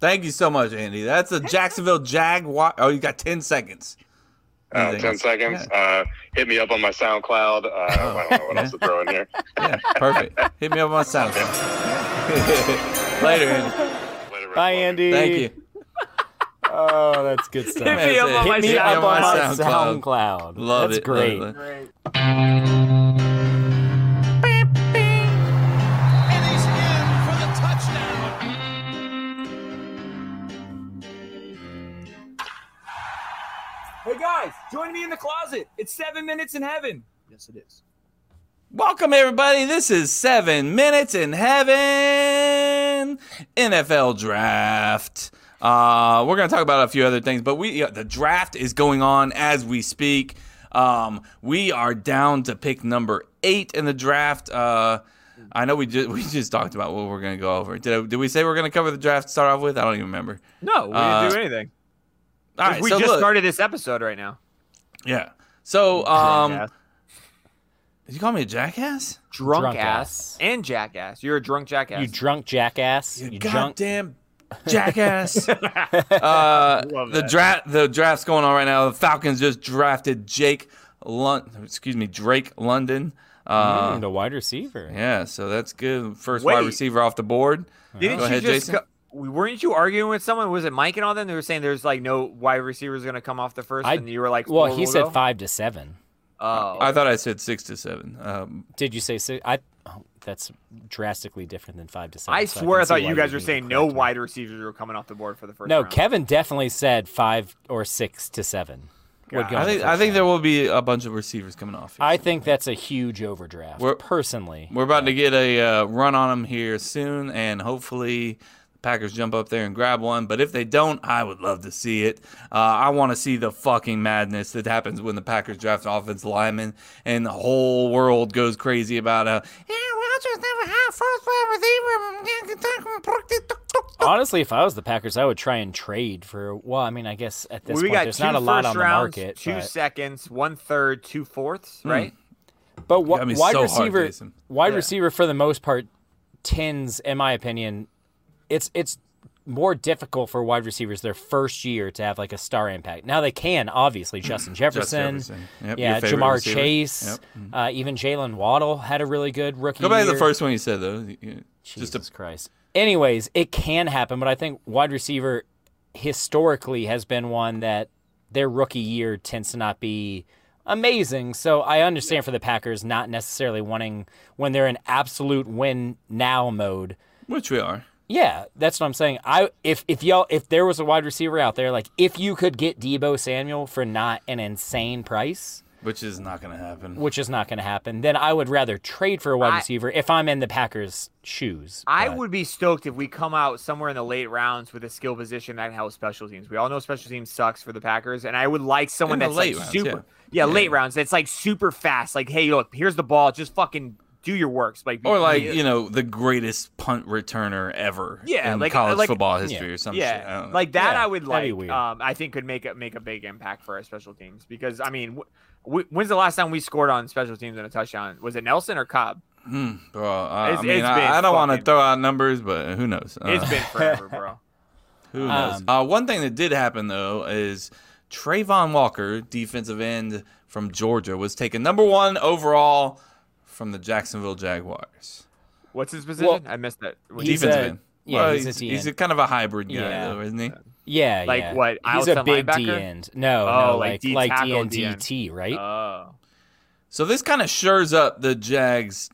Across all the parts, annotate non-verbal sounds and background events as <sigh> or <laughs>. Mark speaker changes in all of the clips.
Speaker 1: Thank you so much, Andy. That's a Jacksonville Jaguar. Oh, you got 10 seconds.
Speaker 2: Uh,
Speaker 1: Anything
Speaker 2: 10
Speaker 1: else?
Speaker 2: seconds. Uh, hit me up on my SoundCloud.
Speaker 1: <laughs>
Speaker 2: Uh, I
Speaker 1: Oh,
Speaker 2: don't know what else to throw in here.
Speaker 1: Yeah, perfect. Hit me up on SoundCloud. <laughs> Later, Andy.
Speaker 2: Later, Red
Speaker 3: Bye,
Speaker 2: Bull.
Speaker 3: Andy.
Speaker 1: Thank you.
Speaker 3: Oh, that's good
Speaker 4: Hit
Speaker 3: stuff.
Speaker 4: me up on my
Speaker 3: Hit me
Speaker 4: sound.
Speaker 3: up on my
Speaker 1: SoundCloud.
Speaker 3: SoundCloud.
Speaker 1: Love
Speaker 3: that's
Speaker 1: it.
Speaker 3: great.
Speaker 1: Love it.
Speaker 5: And he's in for the touchdown.
Speaker 6: Hey guys, join me in the closet. It's seven minutes in heaven. Yes, it is.
Speaker 1: Welcome, everybody. This is Seven Minutes in Heaven NFL Draft. Uh, we're going to talk about a few other things, but we yeah, the draft is going on as we speak. Um, we are down to pick number eight in the draft. Uh, I know we just <laughs> we just talked about what we're going to go over. Did, I, did we say we're going to cover the draft to start off with? I don't even remember.
Speaker 4: No, we didn't
Speaker 1: Uh,
Speaker 4: do anything.
Speaker 1: All right,
Speaker 4: we
Speaker 1: so
Speaker 4: just
Speaker 1: look,
Speaker 4: started this episode right now.
Speaker 1: yeah. So, um,
Speaker 4: Jackass.
Speaker 1: did you call me a jackass?
Speaker 4: drunk,
Speaker 3: Drunk
Speaker 4: ass
Speaker 3: ass.
Speaker 4: and jackass. You're a drunk jackass.
Speaker 3: You drunk jackass.
Speaker 1: You
Speaker 3: You drunk.
Speaker 1: goddamn <laughs> jackass. uh, the draft, the draft's going on right now. The Falcons just drafted Jake Lund, excuse me, Drake London. Uh,
Speaker 3: Mm, the wide receiver.
Speaker 1: yeah, so that's good. First
Speaker 4: Wait.
Speaker 1: wide receiver off the board.
Speaker 4: Didn't
Speaker 1: Go
Speaker 4: you
Speaker 1: ahead,
Speaker 4: just?
Speaker 1: Jason.
Speaker 4: Go, weren't you arguing with someone? Was it Mike and all them? They were saying there's like no wide receivers going to come off the first,
Speaker 3: I-
Speaker 4: and you were like,
Speaker 3: Well,
Speaker 4: four
Speaker 3: he
Speaker 4: will
Speaker 3: said
Speaker 4: go?
Speaker 3: five to seven.
Speaker 4: Oh,
Speaker 1: I thought I said six to seven. Um,
Speaker 3: Did you say six? I. Oh, that's drastically different than five to seven.
Speaker 4: I
Speaker 3: so
Speaker 4: swear I
Speaker 3: can see
Speaker 4: thought
Speaker 3: why
Speaker 4: you
Speaker 3: you're
Speaker 4: guys were
Speaker 3: reading it
Speaker 4: saying no
Speaker 3: correctly.
Speaker 4: wide receivers were coming off the board for the first.
Speaker 3: No,
Speaker 4: round.
Speaker 3: Kevin definitely said five or six to seven. would go
Speaker 1: I
Speaker 3: in the
Speaker 1: think
Speaker 3: first
Speaker 1: I think
Speaker 3: round.
Speaker 1: there will be a bunch of receivers coming off. here.
Speaker 3: I think that's a huge overdraft.
Speaker 1: We're-
Speaker 3: personally,
Speaker 1: We're about to get a uh, run on them here soon, and hopefully the Packers jump up there and grab one. But if they don't, I would love to see it. Uh, I want to see the fucking madness that happens when the Packers draft an offensive lineman and the whole world goes crazy about uh, Aaron Rodgers never had a first wide receiver.
Speaker 3: honestly, if I was the Packers, I would try and trade for. Well, I mean, I guess at this
Speaker 4: we
Speaker 3: point,
Speaker 4: got
Speaker 3: there's
Speaker 4: two
Speaker 3: not a lot
Speaker 4: first
Speaker 3: on the
Speaker 4: rounds,
Speaker 3: market.
Speaker 4: two
Speaker 3: but Hmm.
Speaker 4: seconds, one third, two fourths, right?
Speaker 3: but wha-
Speaker 1: That'd be
Speaker 3: wide
Speaker 1: so hard,
Speaker 3: receiver,
Speaker 1: Jason.
Speaker 3: wide
Speaker 1: Yeah.
Speaker 3: receiver for the most part, tends, in my opinion, it's it's more difficult for wide receivers their first year to have like a star impact. Now they
Speaker 1: <clears throat>
Speaker 3: can obviously Justin Jefferson,
Speaker 1: Jefferson. Yep,
Speaker 3: yeah,
Speaker 1: your favorite
Speaker 3: Jamar
Speaker 1: receiver.
Speaker 3: Chase, uh, even Jalen Waddle had a really good rookie.
Speaker 1: Go back to
Speaker 3: year.
Speaker 1: the first one you said though. You-
Speaker 3: Jesus
Speaker 1: Just a
Speaker 3: Christ. Anyways, it can happen, but I think wide receiver historically has been one that their rookie year tends to not be amazing. So I understand for the Packers not necessarily wanting when they're in absolute win now mode.
Speaker 1: which we are.
Speaker 3: Yeah, that's what I'm saying. I if if y'all if there was a wide receiver out there, like if you could get Debo Samuel for not an insane price,
Speaker 1: Which is not going to happen.
Speaker 3: which is not going to happen, then I would rather trade for a wide
Speaker 4: I-
Speaker 3: receiver if I'm in the Packers' shoes.
Speaker 4: I
Speaker 3: But-
Speaker 4: would be stoked if we come out somewhere in the late rounds with a skill position that helps special teams. We all know special teams sucks for the Packers, and I would like someone
Speaker 1: In the
Speaker 4: that's
Speaker 1: late
Speaker 4: like
Speaker 1: rounds,
Speaker 4: super,
Speaker 1: yeah. Yeah.
Speaker 4: yeah, late rounds. That's like super fast. Like, hey, look, here's the ball. Just fucking do your works. Like, be-
Speaker 1: Or like
Speaker 4: be-
Speaker 1: you know the greatest punt returner ever
Speaker 4: Yeah,
Speaker 1: in
Speaker 4: like-
Speaker 1: college
Speaker 4: like-
Speaker 1: football history or some shit. I
Speaker 4: yeah,
Speaker 1: don't know.
Speaker 4: like that.
Speaker 3: Yeah,
Speaker 4: I would
Speaker 3: that'd be
Speaker 4: like.
Speaker 3: weird.
Speaker 4: Um, I think could make a make a big impact for our special teams because I mean, w- w- when's the last time we scored on special teams in a touchdown? Was it Nelson or Cobb?
Speaker 1: Bro, Hmm, I,
Speaker 4: It's-
Speaker 1: I mean,
Speaker 4: it's been
Speaker 1: I, I don't want to
Speaker 4: fucking-
Speaker 1: throw out numbers, but who knows? Uh,
Speaker 4: It's been
Speaker 1: <laughs>
Speaker 4: forever, bro.
Speaker 1: who knows?
Speaker 3: Um,
Speaker 1: uh, one thing that did happen though is Trayvon Walker, defensive end from Georgia, was taken number one overall from the Jacksonville Jaguars.
Speaker 4: What's his position? I missed that. What-
Speaker 3: He's
Speaker 1: defensive
Speaker 3: a-
Speaker 1: end.
Speaker 3: yeah,
Speaker 1: Well,
Speaker 3: he's a DN.
Speaker 1: he's kind of a hybrid guy,
Speaker 3: Yeah.
Speaker 1: though, isn't he?
Speaker 3: Yeah,
Speaker 4: Like
Speaker 3: yeah.
Speaker 4: what,
Speaker 3: He's
Speaker 4: outside
Speaker 3: a big D
Speaker 4: linebacker?
Speaker 3: end. No,
Speaker 4: Oh,
Speaker 3: no,
Speaker 4: like
Speaker 3: like
Speaker 4: D
Speaker 3: like
Speaker 4: tackle,
Speaker 3: D end
Speaker 4: D end.
Speaker 3: DT, right?
Speaker 4: Oh,
Speaker 1: So this kind of shures up the Jags,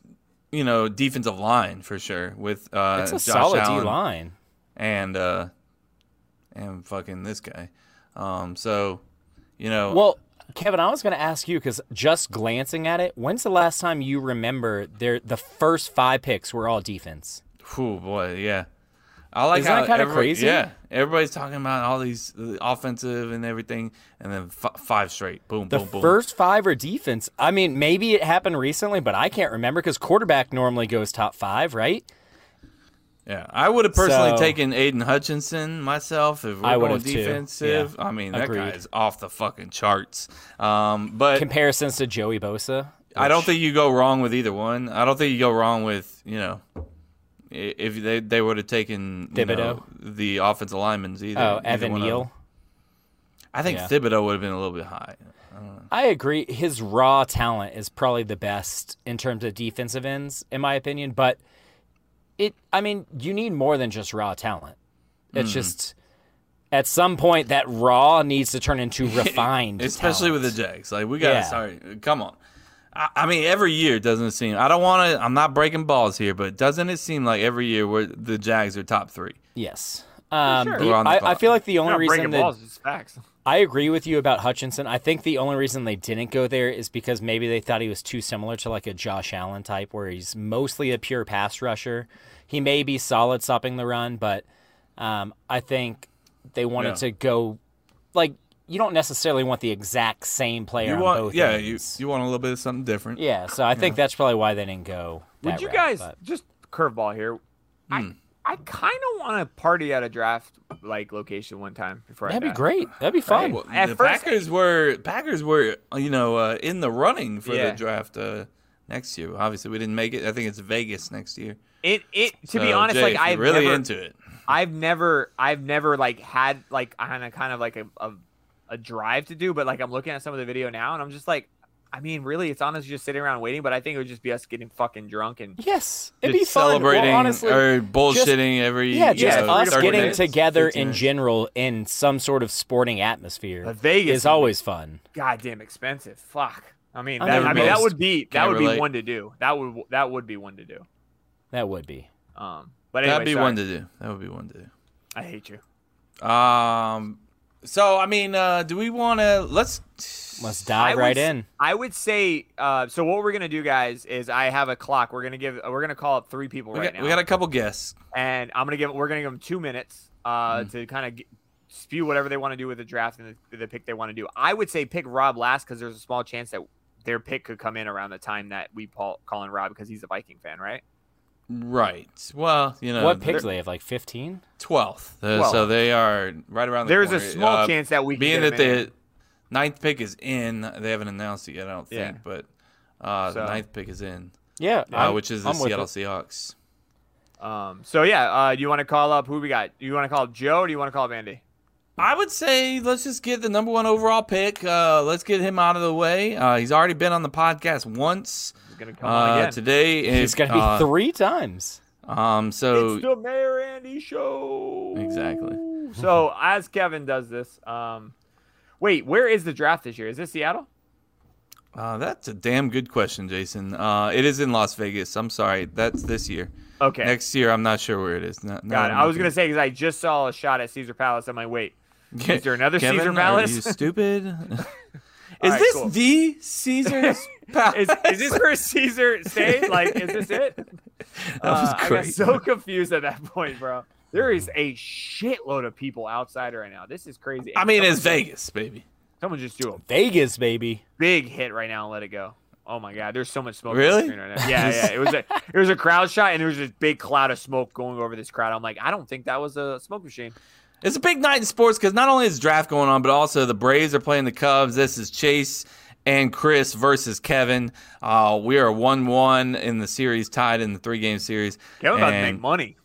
Speaker 1: you know, defensive line for sure with uh,
Speaker 3: That's a
Speaker 1: Josh
Speaker 3: solid D
Speaker 1: Allen.
Speaker 3: line.
Speaker 1: and uh and fucking this guy. Um so you know
Speaker 3: Well, Kevin, I was going to ask you because just glancing at it, when's the last time you remember there the first five picks were all defense?
Speaker 1: whew, boy, yeah. I like
Speaker 3: Isn't that
Speaker 1: how
Speaker 3: kinda
Speaker 1: everybody-
Speaker 3: crazy?
Speaker 1: Yeah. Everybody's talking about all these uh, offensive and everything and then f- five straight. Boom,
Speaker 3: The
Speaker 1: boom, boom.
Speaker 3: first five are defense. I mean, maybe it happened recently, but I can't remember because quarterback normally goes top five, right?
Speaker 1: yeah. I would have personally
Speaker 3: So-
Speaker 1: taken Aiden Hutchinson myself if we're
Speaker 3: I
Speaker 1: going
Speaker 3: would've too,
Speaker 1: defensive.
Speaker 3: yeah.
Speaker 1: I mean, that
Speaker 3: Agreed.
Speaker 1: guy is off the fucking charts. Um but
Speaker 3: Comparisons to Joey Bosa.
Speaker 1: I don't think you go wrong with either one. I don't think you go wrong with, you know, i- if they they would have taken you
Speaker 3: Thibodeau?
Speaker 1: know, the offensive linemen's either.
Speaker 3: Oh,
Speaker 1: either
Speaker 3: Evan
Speaker 1: one of
Speaker 3: Neal.
Speaker 1: them. I think
Speaker 3: Yeah.
Speaker 1: Thibodeau would have been a little bit high.
Speaker 3: I agree. His raw talent is probably the best in terms of defensive ends, in my opinion. But it, I mean, you need more than just raw talent.
Speaker 1: Hmm.
Speaker 3: It's just at some point that raw needs to turn
Speaker 1: <laughs>
Speaker 3: into refined,
Speaker 1: especially
Speaker 3: talent.
Speaker 1: with the Jags. Like we gotta
Speaker 3: Yeah.
Speaker 1: start. Come on. I, I mean, every year doesn't it seem. I don't want to. I'm not breaking balls here, but doesn't it seem like every year where the Jags are top three?
Speaker 3: yes. Um,
Speaker 4: sure.
Speaker 3: the-
Speaker 1: We're on the
Speaker 3: I, I
Speaker 1: clock.
Speaker 3: feel like the
Speaker 4: You're
Speaker 3: only
Speaker 4: not
Speaker 3: reason
Speaker 4: breaking
Speaker 3: that
Speaker 4: balls. It's facts.
Speaker 3: I agree with you about Hutchinson. I think the only reason they didn't go there is because maybe they thought he was too similar to like a Josh Allen type, where he's mostly a pure pass rusher. He may be solid stopping the run, but um, I think they wanted
Speaker 1: Yeah.
Speaker 3: to go like you don't necessarily want the exact same player
Speaker 1: You
Speaker 3: on
Speaker 1: want,
Speaker 3: both
Speaker 1: yeah, you,
Speaker 3: ends.
Speaker 1: you want a little bit of something different.
Speaker 3: yeah. So I think that's probably why they didn't go. That
Speaker 4: Would you
Speaker 3: route,
Speaker 4: guys
Speaker 3: but- Hmm.
Speaker 4: just curveball here? I I kind of want to party at a draft like location one time before I
Speaker 3: That'd be
Speaker 4: die.
Speaker 3: great. That'd be fun.
Speaker 1: Well,
Speaker 4: At
Speaker 1: the
Speaker 4: first-
Speaker 1: Packers were Packers were you know uh, in the running for
Speaker 4: Yeah.
Speaker 1: the draft uh, next year. Obviously, we didn't make it. I think it's Vegas next year.
Speaker 4: It it to be
Speaker 1: So,
Speaker 4: honest,
Speaker 1: Oh, Jay,
Speaker 4: like
Speaker 1: if you're
Speaker 4: I've
Speaker 1: really
Speaker 4: never,
Speaker 1: into it.
Speaker 4: I've never I've never like had like on a kind of like a, a a drive to do, but like I'm looking at some of the video now and I'm just like, I mean, really, it's honestly just sitting around waiting. But I think it would just be us getting fucking drunk and
Speaker 3: Yes, it'd
Speaker 1: Just
Speaker 3: be fun. Well,
Speaker 1: celebrating
Speaker 3: honestly,
Speaker 1: or bullshitting every
Speaker 3: Yeah, just
Speaker 4: Yeah,
Speaker 3: us
Speaker 4: thirty
Speaker 3: getting
Speaker 4: minutes,
Speaker 3: together in
Speaker 1: general.
Speaker 3: general in some sort of sporting atmosphere
Speaker 4: But Vegas
Speaker 3: is
Speaker 4: would be-
Speaker 3: always fun.
Speaker 4: goddamn expensive. Fuck. I mean,
Speaker 3: I
Speaker 4: that,
Speaker 3: never
Speaker 4: I mean that
Speaker 1: missed.
Speaker 4: would be that
Speaker 1: Can't
Speaker 4: would
Speaker 1: relate.
Speaker 4: be one to do. That would that would be one to do.
Speaker 3: That would be.
Speaker 4: Um, but anyway,
Speaker 1: That'd be
Speaker 4: sorry.
Speaker 1: one to do. That would be one to do.
Speaker 4: I hate you.
Speaker 1: Um. So I mean, uh, do we want to? Let's.
Speaker 3: Let's dive
Speaker 4: would
Speaker 3: right
Speaker 4: s-
Speaker 3: in.
Speaker 4: I would say. Uh, so what we're gonna do, guys, is I have a clock. We're gonna give. We're gonna call up three people
Speaker 1: We,
Speaker 4: right
Speaker 1: got,
Speaker 4: now,
Speaker 1: we got a Mm. couple guests.
Speaker 4: and I'm gonna give. We're gonna give them two minutes uh, to kind of spew whatever they want to do with the draft and the, the pick they want to do. I would say pick Rob last because there's a small chance that their pick could come in around the time that we call calling Rob because he's a Viking fan, right?
Speaker 1: Right. Well, you know,
Speaker 3: what picks do they have? Like fifteen?
Speaker 1: Twelfth. Uh, so
Speaker 4: Well,
Speaker 1: they are right around. The
Speaker 4: There's a
Speaker 1: corner.
Speaker 4: small
Speaker 1: Uh,
Speaker 4: chance that we could
Speaker 1: being
Speaker 4: get
Speaker 1: that
Speaker 4: him in.
Speaker 1: the ninth pick is in. They haven't announced it yet. I don't
Speaker 4: Yeah.
Speaker 1: think, but uh,
Speaker 4: So-
Speaker 1: ninth pick is in,
Speaker 3: Yeah,
Speaker 1: uh,
Speaker 3: I'm-
Speaker 1: which is the
Speaker 3: I'm with
Speaker 1: Seattle
Speaker 3: it.
Speaker 1: Seahawks.
Speaker 4: Um, so yeah, uh, you want to call up who we got? You want to call up Joe or do you want to call up Andy?
Speaker 1: I would say let's just get the number one overall pick. Uh, let's get him out of the way. Uh, he's already been on the podcast once
Speaker 4: He's gonna come on
Speaker 1: uh,
Speaker 4: again.
Speaker 1: today.
Speaker 3: It's
Speaker 1: if,
Speaker 3: gonna be
Speaker 1: uh,
Speaker 3: three times.
Speaker 1: Um. So
Speaker 4: It's the Mayor Andy Show.
Speaker 1: Exactly.
Speaker 4: <laughs> So as Kevin does this, um, wait, where is the draft this year? Is this Seattle?
Speaker 1: Uh, that's a damn good question, Jason. Uh, it is in Las Vegas. I'm sorry. That's this year.
Speaker 4: Okay.
Speaker 1: Next year, I'm not sure where it is. No, no,
Speaker 4: Got it.
Speaker 1: I'm
Speaker 4: I was
Speaker 1: not
Speaker 4: gonna say because I just saw a shot at Caesar Palace. I'm
Speaker 1: <laughs>
Speaker 4: like, wait,
Speaker 1: sure.
Speaker 4: is there another
Speaker 1: Kevin,
Speaker 4: Caesar
Speaker 1: are
Speaker 4: Palace?
Speaker 1: you
Speaker 4: <laughs>
Speaker 1: stupid? is
Speaker 4: right,
Speaker 1: this
Speaker 4: cool.
Speaker 1: the Caesar's Palace?
Speaker 4: <laughs> is, is this where Caesar stayed? Like, is
Speaker 1: <laughs>
Speaker 4: this it?
Speaker 1: was
Speaker 4: Uh, I got
Speaker 1: great.
Speaker 4: so confused at that point, bro. There is a shitload of people outside right now. This is crazy.
Speaker 1: I mean,
Speaker 4: Someone-
Speaker 1: it's Vegas, baby.
Speaker 4: someone just do a
Speaker 3: Vegas, baby.
Speaker 4: big hit right now and let it go. Oh my god, there's so much smoke. on the
Speaker 1: Really?
Speaker 4: screen right now. Yeah,
Speaker 1: <laughs>
Speaker 4: yeah. It was a it was a crowd shot, and there was this big cloud of smoke going over this crowd. I'm like, I don't think that was a smoke machine.
Speaker 1: It's a big night in sports because not only is draft going on, but also the Braves are playing the Cubs. This is Chase and Chris versus Kevin. Uh, we are one-one in the series, tied in the three-game series.
Speaker 4: Kevin about to make
Speaker 1: And
Speaker 4: money.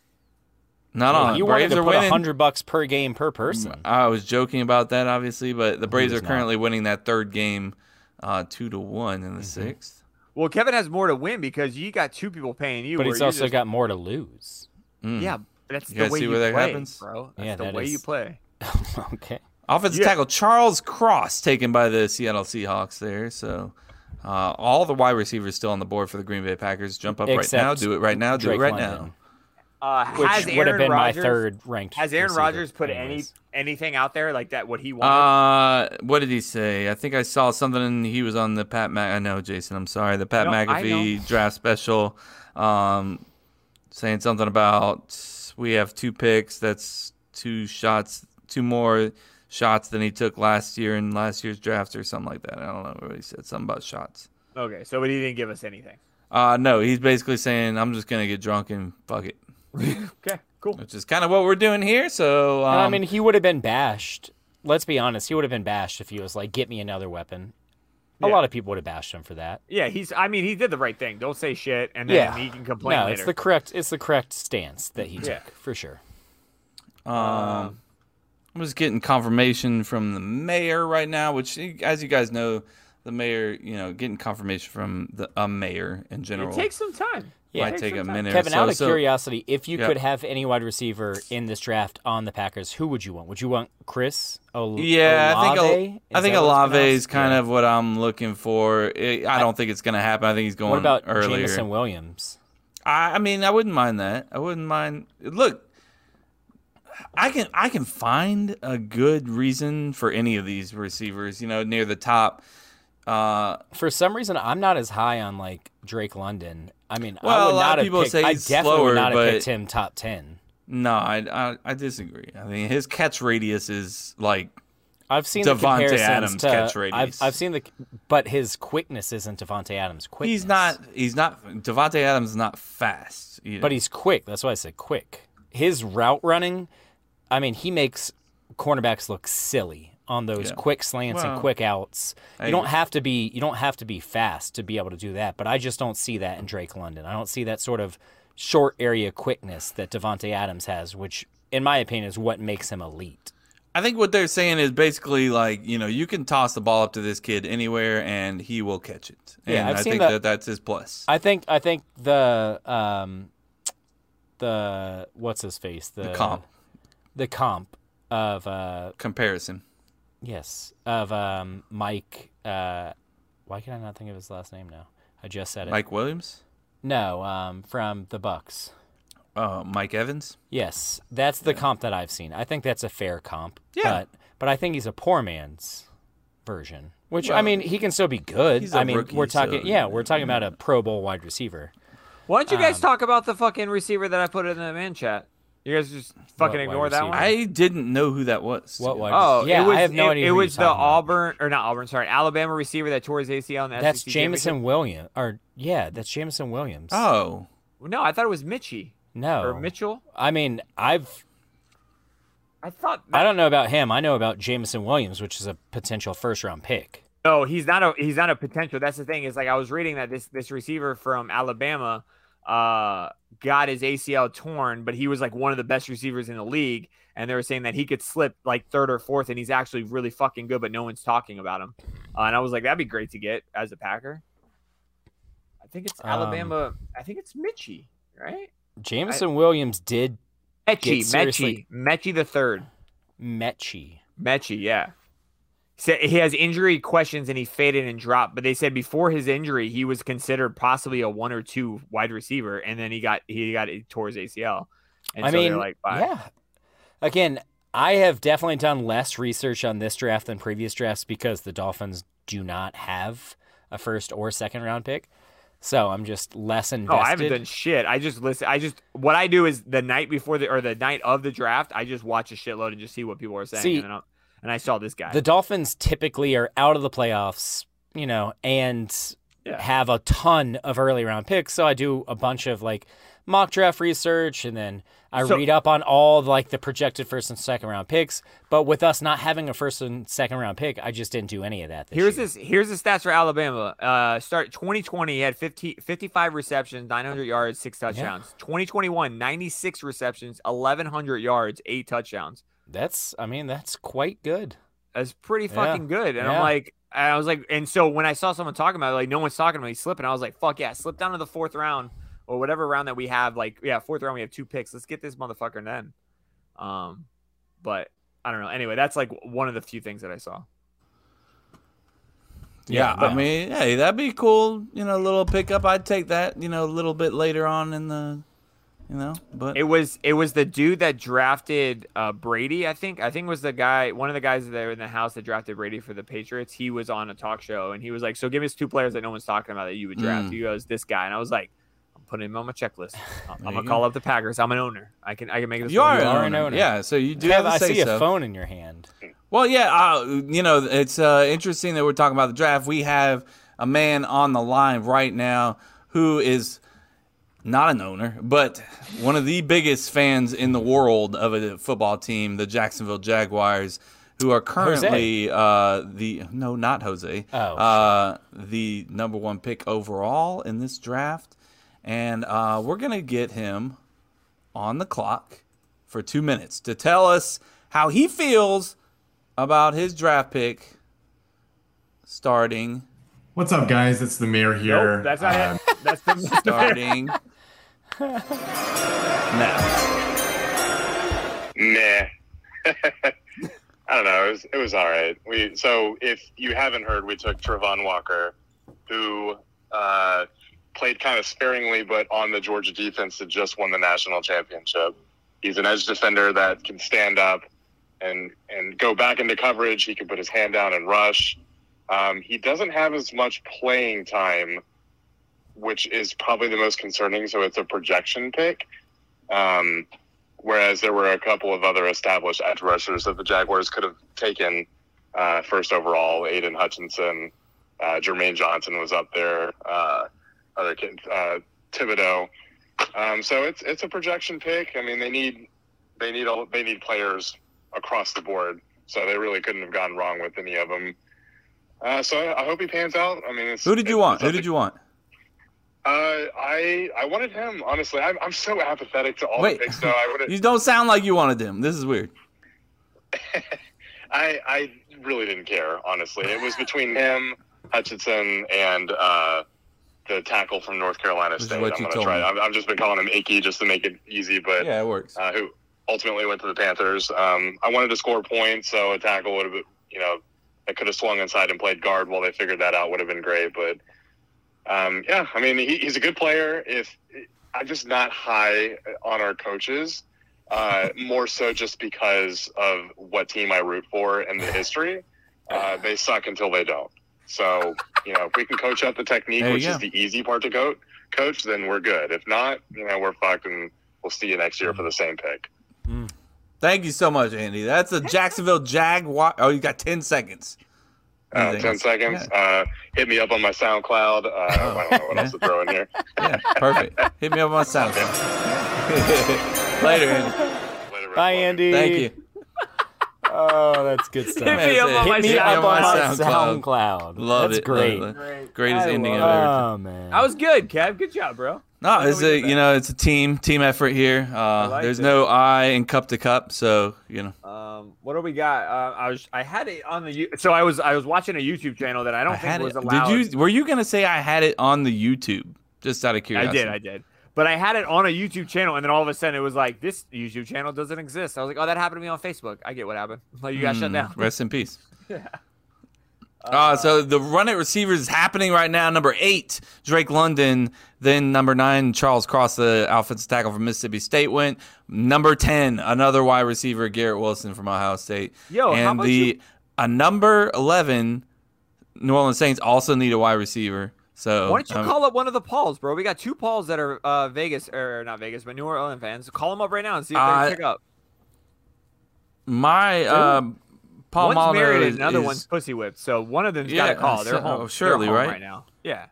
Speaker 1: Not on
Speaker 3: you wanted
Speaker 1: Braves
Speaker 3: to
Speaker 1: are
Speaker 3: put a
Speaker 1: winning.
Speaker 3: hundred bucks per game per person.
Speaker 1: I was joking about that, obviously, but the Braves are
Speaker 3: was not.
Speaker 1: currently winning that third game, uh, two to one
Speaker 3: Mm-hmm.
Speaker 1: in the sixth.
Speaker 4: Well, Kevin has more to win because you got two people paying you.
Speaker 3: But
Speaker 4: where
Speaker 3: he's
Speaker 4: you
Speaker 3: also
Speaker 4: just-
Speaker 3: got more to lose. <laughs>
Speaker 4: yeah. That's
Speaker 1: Hmm. You
Speaker 4: the
Speaker 1: guys
Speaker 4: way
Speaker 1: see
Speaker 4: you
Speaker 1: where that
Speaker 4: play,
Speaker 1: happens?
Speaker 4: bro. That's
Speaker 3: Yeah,
Speaker 4: the
Speaker 3: that
Speaker 4: way you
Speaker 3: is-
Speaker 4: play.
Speaker 3: okay.
Speaker 1: Offensive
Speaker 4: Yeah.
Speaker 1: tackle Charles Cross taken by the Seattle Seahawks there. So uh, all the wide receivers still on the board for the Green Bay Packers. Jump up right
Speaker 3: Except
Speaker 1: now. Do it right now. Do it
Speaker 3: Drake
Speaker 1: right
Speaker 3: London,
Speaker 1: now.
Speaker 4: Uh, has
Speaker 3: which would have
Speaker 4: Aaron
Speaker 3: been
Speaker 4: Rodgers,
Speaker 3: my third ranked.
Speaker 4: Has Aaron
Speaker 3: receiver
Speaker 4: Rodgers put any
Speaker 3: anyways.
Speaker 4: anything out there like that? What he wanted?
Speaker 1: Uh, what did he say? I think I saw something. and He was on the Pat Mc. I know, Jason. I'm sorry. The Pat
Speaker 4: No, I
Speaker 1: McAfee draft special, um, saying something about we have two picks. That's two shots, two more shots than he took last year in last year's draft or something like that. I don't know what he said. Something about shots.
Speaker 4: okay, so he didn't give us anything.
Speaker 1: Uh, no, he's basically saying I'm just gonna get drunk and fuck it,
Speaker 4: Okay, cool.
Speaker 1: which is kind of what we're doing here. So um,
Speaker 3: And I mean, he would have been bashed. Let's be honest. He would have been bashed if he was like, "Get me another weapon." A
Speaker 4: Yeah.
Speaker 3: lot of people would have bashed him for that.
Speaker 4: Yeah, he's. I mean, he did the right thing. Don't say shit, and then
Speaker 3: Yeah.
Speaker 4: he can complain
Speaker 3: No,
Speaker 4: later.
Speaker 3: it's the correct it's the correct stance that he took
Speaker 4: Yeah.
Speaker 3: for sure.
Speaker 1: Um, I'm just getting confirmation from the mayor right now, which, as you guys know, the mayor, you know, getting confirmation from the a mayor in general
Speaker 4: it takes some time.
Speaker 3: Yeah.
Speaker 1: might
Speaker 4: takes
Speaker 1: take a
Speaker 4: some time.
Speaker 1: minute.
Speaker 3: Kevin,
Speaker 1: or so.
Speaker 3: out of
Speaker 1: So-
Speaker 3: curiosity, if you
Speaker 1: Yeah.
Speaker 3: could have any wide receiver in this draft on the Packers, who would you want? Would you want Chris? Ol-
Speaker 1: yeah, I
Speaker 3: Olave?
Speaker 1: think
Speaker 3: Is
Speaker 1: Al- I think
Speaker 3: that what it's
Speaker 1: Alave is
Speaker 3: pronounced?
Speaker 1: kind
Speaker 3: Yeah.
Speaker 1: of what I'm looking for. I I don't think it's going to happen. I think he's going
Speaker 3: What about
Speaker 1: earlier.
Speaker 3: Jamison Williams?
Speaker 1: I, I mean, I wouldn't mind that. I wouldn't mind. Look, I can I can find a good reason for any of these receivers. You know, near the top. Uh,
Speaker 3: For some reason, I'm not as high on like Drake London. I mean,
Speaker 1: Well,
Speaker 3: I
Speaker 1: a
Speaker 3: would
Speaker 1: lot
Speaker 3: not
Speaker 1: of
Speaker 3: have
Speaker 1: people
Speaker 3: picked,
Speaker 1: say
Speaker 3: I
Speaker 1: he's
Speaker 3: definitely
Speaker 1: slower,
Speaker 3: would not have
Speaker 1: but-
Speaker 3: picked him top ten.
Speaker 1: no, I, I I disagree. I mean, his catch radius is like
Speaker 3: I've seen the
Speaker 1: Davante
Speaker 3: comparisons
Speaker 1: Adams
Speaker 3: to,
Speaker 1: catch radius.
Speaker 3: I've, I've seen the, but his quickness isn't Devonte Adams' quickness.
Speaker 1: he's not he's not Devontae Adams is not fast. either.
Speaker 3: but he's quick. That's why I said quick. His route running, I mean, he makes cornerbacks look silly on those
Speaker 1: Yeah.
Speaker 3: quick slants
Speaker 1: Well,
Speaker 3: and quick outs.
Speaker 1: I
Speaker 3: you don't
Speaker 1: agree.
Speaker 3: have to be you don't have to be fast to be able to do that. But I just don't see that in Drake London. I don't see that sort of short area quickness that Devonte Adams has, which in my opinion is what makes him elite.
Speaker 1: I think what they're saying is basically like you know you can toss the ball up to this kid anywhere and he will catch it.
Speaker 3: Yeah,
Speaker 1: and
Speaker 3: I've
Speaker 1: I
Speaker 3: seen
Speaker 1: think
Speaker 3: that-
Speaker 1: that that's his plus.
Speaker 3: I think I think the um the what's his face the,
Speaker 1: the comp
Speaker 3: uh, the comp of uh
Speaker 1: comparison.
Speaker 3: Yes, of um, Mike. Uh, why can I not think of his last name now? I just said it.
Speaker 1: Mike Williams.
Speaker 3: No, um, from the Bucks.
Speaker 1: Uh, Mike Evans.
Speaker 3: Yes, that's the comp that I've seen. I think that's a fair comp.
Speaker 1: Yeah.
Speaker 3: But, but I think he's a poor man's version. Which I
Speaker 1: Well,
Speaker 3: mean, he can still be good.
Speaker 1: he's a
Speaker 3: I mean,
Speaker 1: rookie,
Speaker 3: we're talking.
Speaker 1: so,
Speaker 3: yeah, we're talking about a Pro Bowl wide receiver.
Speaker 4: Why don't you
Speaker 3: Um,
Speaker 4: guys talk about the fucking receiver that I put in the man chat? You guys just fucking
Speaker 3: wide
Speaker 4: ignore that
Speaker 3: receiver?
Speaker 4: one.
Speaker 1: I didn't know who that was.
Speaker 3: What wide?
Speaker 4: Oh,
Speaker 3: yeah,
Speaker 4: it was,
Speaker 3: I have no
Speaker 4: it,
Speaker 3: idea.
Speaker 4: It
Speaker 3: who you're
Speaker 4: was the
Speaker 3: talking about.
Speaker 4: Auburn or not Auburn, sorry, Alabama receiver that tore his ACL in the E
Speaker 3: That's
Speaker 4: SEC
Speaker 3: Jamison Williams, or yeah, that's Jamison Williams.
Speaker 1: Oh,
Speaker 4: championship. No, I thought it was Mitchie
Speaker 3: no,
Speaker 4: or Mitchell.
Speaker 3: I mean, I've
Speaker 4: I thought
Speaker 3: I don't know about him. I know about Jamison Williams, which is a potential first round pick.
Speaker 4: No, he's not a he's not a potential. That's the thing. Is like I was reading that this this receiver from Alabama uh got his ACL torn, but he was like one of the best receivers in the league, and they were saying that he could slip like third or fourth, and he's actually really fucking good, but no one's talking about him. Uh, and I was like, that'd be great to get as a Packer. I think it's
Speaker 3: Um,
Speaker 4: Alabama. I think it's Mitchie, right?
Speaker 3: Jamison Williams did
Speaker 4: Mechie,
Speaker 3: seriously-
Speaker 4: Mechie, Mechie the third.
Speaker 3: Mechie.
Speaker 4: Mechie, yeah. Said he has injury questions and he faded and dropped, but they said before his injury he was considered possibly a one or two wide receiver, and then he got he got he tore his ACL. And
Speaker 3: I
Speaker 4: so
Speaker 3: mean,
Speaker 4: they're like, Bye.
Speaker 3: yeah. Again, I have definitely done less research on this draft than previous drafts because the Dolphins do not have a first or second round pick. So I'm just less
Speaker 4: no,
Speaker 3: invested.
Speaker 4: Oh, I haven't done shit. I just listen. I just what I do is the night before the or the night of the draft, I just watch a shitload and just see what people are saying.
Speaker 3: See-
Speaker 4: and, then I'll- and I saw this guy.
Speaker 3: the Dolphins typically are out of the playoffs, you know, and
Speaker 4: Yeah.
Speaker 3: have a ton of early round picks. So I do a bunch of like mock draft research and then I
Speaker 4: So-
Speaker 3: read up on all like the projected first and second round picks. But with us not having a first and second round pick, I just didn't do any of that. This
Speaker 4: Here's
Speaker 3: year.
Speaker 4: his here's the stats for Alabama. Uh, start 2020, he had 50, 55 receptions, 900 yards, six touchdowns. 2021, 96 receptions, 1100 yards, eight touchdowns.
Speaker 3: That's, I mean, that's quite good.
Speaker 4: That's pretty
Speaker 3: Yeah.
Speaker 4: fucking good. And
Speaker 3: Yeah.
Speaker 4: I'm like, and I was like, and so when I saw someone talking about it, like no one's talking about it, he's slipping. I was like, fuck yeah, slip down to the fourth round or whatever round that we have. Like yeah, fourth round we have two picks. Let's get this motherfucker then. Um, but I don't know. Anyway, that's like one of the few things that I saw.
Speaker 1: yeah.
Speaker 3: Yeah,
Speaker 1: I
Speaker 3: no.
Speaker 1: mean, hey, that'd be cool. You know, little pickup. I'd take that. You know, a little bit later on in the, you know, but
Speaker 4: It was it was the dude that drafted uh, Brady. I think I think was the guy one of the guys that were in the house that drafted Brady for the Patriots. He was on a talk show and he was like, "So give us two players that no one's talking about that you would draft."
Speaker 1: Mm.
Speaker 4: He goes, "This guy," and I was like, "I'm putting him on my checklist. I'm
Speaker 1: There you
Speaker 4: gonna
Speaker 1: go.
Speaker 4: call up the Packers. I'm an owner. I can I can make this."
Speaker 1: you are,
Speaker 4: work."
Speaker 3: You are
Speaker 1: an
Speaker 3: an
Speaker 1: owner.
Speaker 3: owner.
Speaker 1: Yeah, so you do
Speaker 3: Kev,
Speaker 1: have
Speaker 3: I
Speaker 1: to say
Speaker 3: see
Speaker 1: so.
Speaker 3: a phone in your hand.
Speaker 1: Well, yeah, uh, you know, it's uh, interesting that we're talking about the draft. We have a man on the line right now who is not an owner, but one of the biggest fans in the world of a football team, the Jacksonville Jaguars, who are currently uh, the no, not Jose,
Speaker 3: Oh.
Speaker 1: uh, the number one pick overall in this draft, and uh, we're gonna get him on the clock for two minutes to tell us how he feels about his draft pick starting
Speaker 7: What's up, guys? It's the mayor here.
Speaker 4: Nope, that's not
Speaker 7: Um,
Speaker 4: it. <laughs> That's the that's the-
Speaker 1: starting now.
Speaker 2: Nah. <laughs> I don't know. It was, it was all right. We so if you haven't heard, we took Travon Walker, who uh, played kind of sparingly, but on the Georgia defense that just won the national championship. He's an edge defender that can stand up and and go back into coverage. He can put his hand down and rush. Um, he doesn't have as much playing time, which is probably the most concerning. So it's a projection pick. Um, whereas there were a couple of other established edge rushers that the Jaguars could have taken uh, first overall. Aiden Hutchinson, uh, Jermaine Johnson was up there. Uh, other kid, uh, Thibodeau. Um, so it's it's a projection pick. I mean, they need they need all, they need players across the board. So they really couldn't have gone wrong with any of them. Uh, so I, I hope he pans out. I mean, it's,
Speaker 1: Who did you
Speaker 2: it's
Speaker 1: want? Who
Speaker 2: up to-
Speaker 1: did you want?
Speaker 2: Uh, I I wanted him honestly. I'm, I'm so apathetic to all
Speaker 1: Wait,
Speaker 2: the picks. though. I
Speaker 1: <laughs>
Speaker 2: would
Speaker 1: You don't sound like you wanted him. This is weird.
Speaker 2: I I really didn't care, honestly. It was between him, Hutchinson, and uh, the tackle from North Carolina
Speaker 1: This is
Speaker 2: State.
Speaker 1: what
Speaker 2: I'm
Speaker 1: you
Speaker 2: gonna
Speaker 1: told
Speaker 2: try.
Speaker 1: me.
Speaker 2: I've, I've just been calling him Icky just to make it easy, but
Speaker 1: Yeah, it works.
Speaker 2: uh, who ultimately went to the Panthers. Um, I wanted to score points, so a tackle would have, been- you know, I could have swung inside and played guard while they figured that out would have been great. But um, yeah, I mean, he, he's a good player. If I'm just not high on our coaches,
Speaker 1: <laughs>
Speaker 2: uh, more so just because of what team I root for and the history.
Speaker 1: <laughs>
Speaker 2: Uh, they suck until they don't. So you know, if we can coach up the technique,
Speaker 1: There you
Speaker 2: which
Speaker 1: go.
Speaker 2: is the easy part to go- coach, then we're good. If not, you know, we're fucked and we'll see you next year for the same pick.
Speaker 1: Thank you so much, Andy. That's a Jacksonville Jaguar. Oh, you got 10 seconds.
Speaker 2: Uh,
Speaker 1: Anything
Speaker 2: Ten
Speaker 1: else?
Speaker 2: seconds. Uh, hit me up on my SoundCloud. Uh,
Speaker 1: Oh,
Speaker 2: I don't know what else to throw
Speaker 1: <laughs>
Speaker 2: in here.
Speaker 1: Yeah, perfect. Hit me up on
Speaker 4: <laughs>
Speaker 1: SoundCloud. Later, Andy.
Speaker 2: Later,
Speaker 3: Bye,
Speaker 2: everyone.
Speaker 3: Andy.
Speaker 1: Thank you.
Speaker 3: Oh, that's good
Speaker 1: <laughs>
Speaker 3: stuff.
Speaker 1: That's
Speaker 6: up
Speaker 1: it.
Speaker 6: on my
Speaker 3: Hit me
Speaker 6: Hit
Speaker 3: up on my
Speaker 1: SoundCloud.
Speaker 3: SoundCloud.
Speaker 1: Love
Speaker 3: that's
Speaker 1: it.
Speaker 3: great.
Speaker 1: Love it. Greatest
Speaker 4: I
Speaker 1: ending I've
Speaker 4: love
Speaker 1: ever. done.
Speaker 3: Oh man,
Speaker 4: That was good, Kev. Good job, bro.
Speaker 1: No,
Speaker 4: How
Speaker 1: it's
Speaker 4: do we
Speaker 1: a
Speaker 4: do
Speaker 1: you
Speaker 4: that?
Speaker 1: know it's a team team effort here. Uh,
Speaker 4: like
Speaker 1: there's
Speaker 4: it.
Speaker 1: no I in cup to cup, so you know
Speaker 4: Um, what do we got? Uh, I was I had it on the you- so I was I was watching a YouTube channel that I don't
Speaker 1: I
Speaker 4: think
Speaker 1: had
Speaker 4: was
Speaker 1: it.
Speaker 4: allowed.
Speaker 1: Did you were you gonna say I had it on the YouTube? Just out of
Speaker 4: I
Speaker 1: curiosity.
Speaker 4: did, I did. But I had it on a YouTube channel, and then all of a sudden it was like this YouTube channel doesn't exist. I was like, oh, that happened to me on Facebook. I get what happened. <laughs> Like you got shut
Speaker 1: Mm,
Speaker 4: down.
Speaker 1: Rest in peace. Uh, so the run at receivers is happening right now. Number eight, Drake London. Then number nine, Charles Cross, the offensive tackle from Mississippi State, went. Number ten, another wide receiver, Garrett Wilson from Ohio State.
Speaker 4: <laughs> Yo, how
Speaker 1: and
Speaker 4: about
Speaker 1: the
Speaker 4: you-
Speaker 1: a number eleven, New Orleans Saints also need a wide receiver. So
Speaker 4: Why don't you
Speaker 1: um,
Speaker 4: call up one of the Pauls, bro? We got two Pauls that are uh, Vegas or not Vegas, but New Orleans fans. Call them up right now and see if they
Speaker 1: Uh,
Speaker 4: can pick up.
Speaker 1: my uh, Paul
Speaker 4: one's
Speaker 1: Molitor
Speaker 4: married
Speaker 1: is-
Speaker 4: and another
Speaker 1: is-
Speaker 4: one's pussy whipped. So one of them's
Speaker 1: Yeah,
Speaker 4: got a call. They're
Speaker 1: so-
Speaker 4: home.
Speaker 1: oh, surely,
Speaker 4: They're home
Speaker 1: right?
Speaker 4: right? now. Yeah.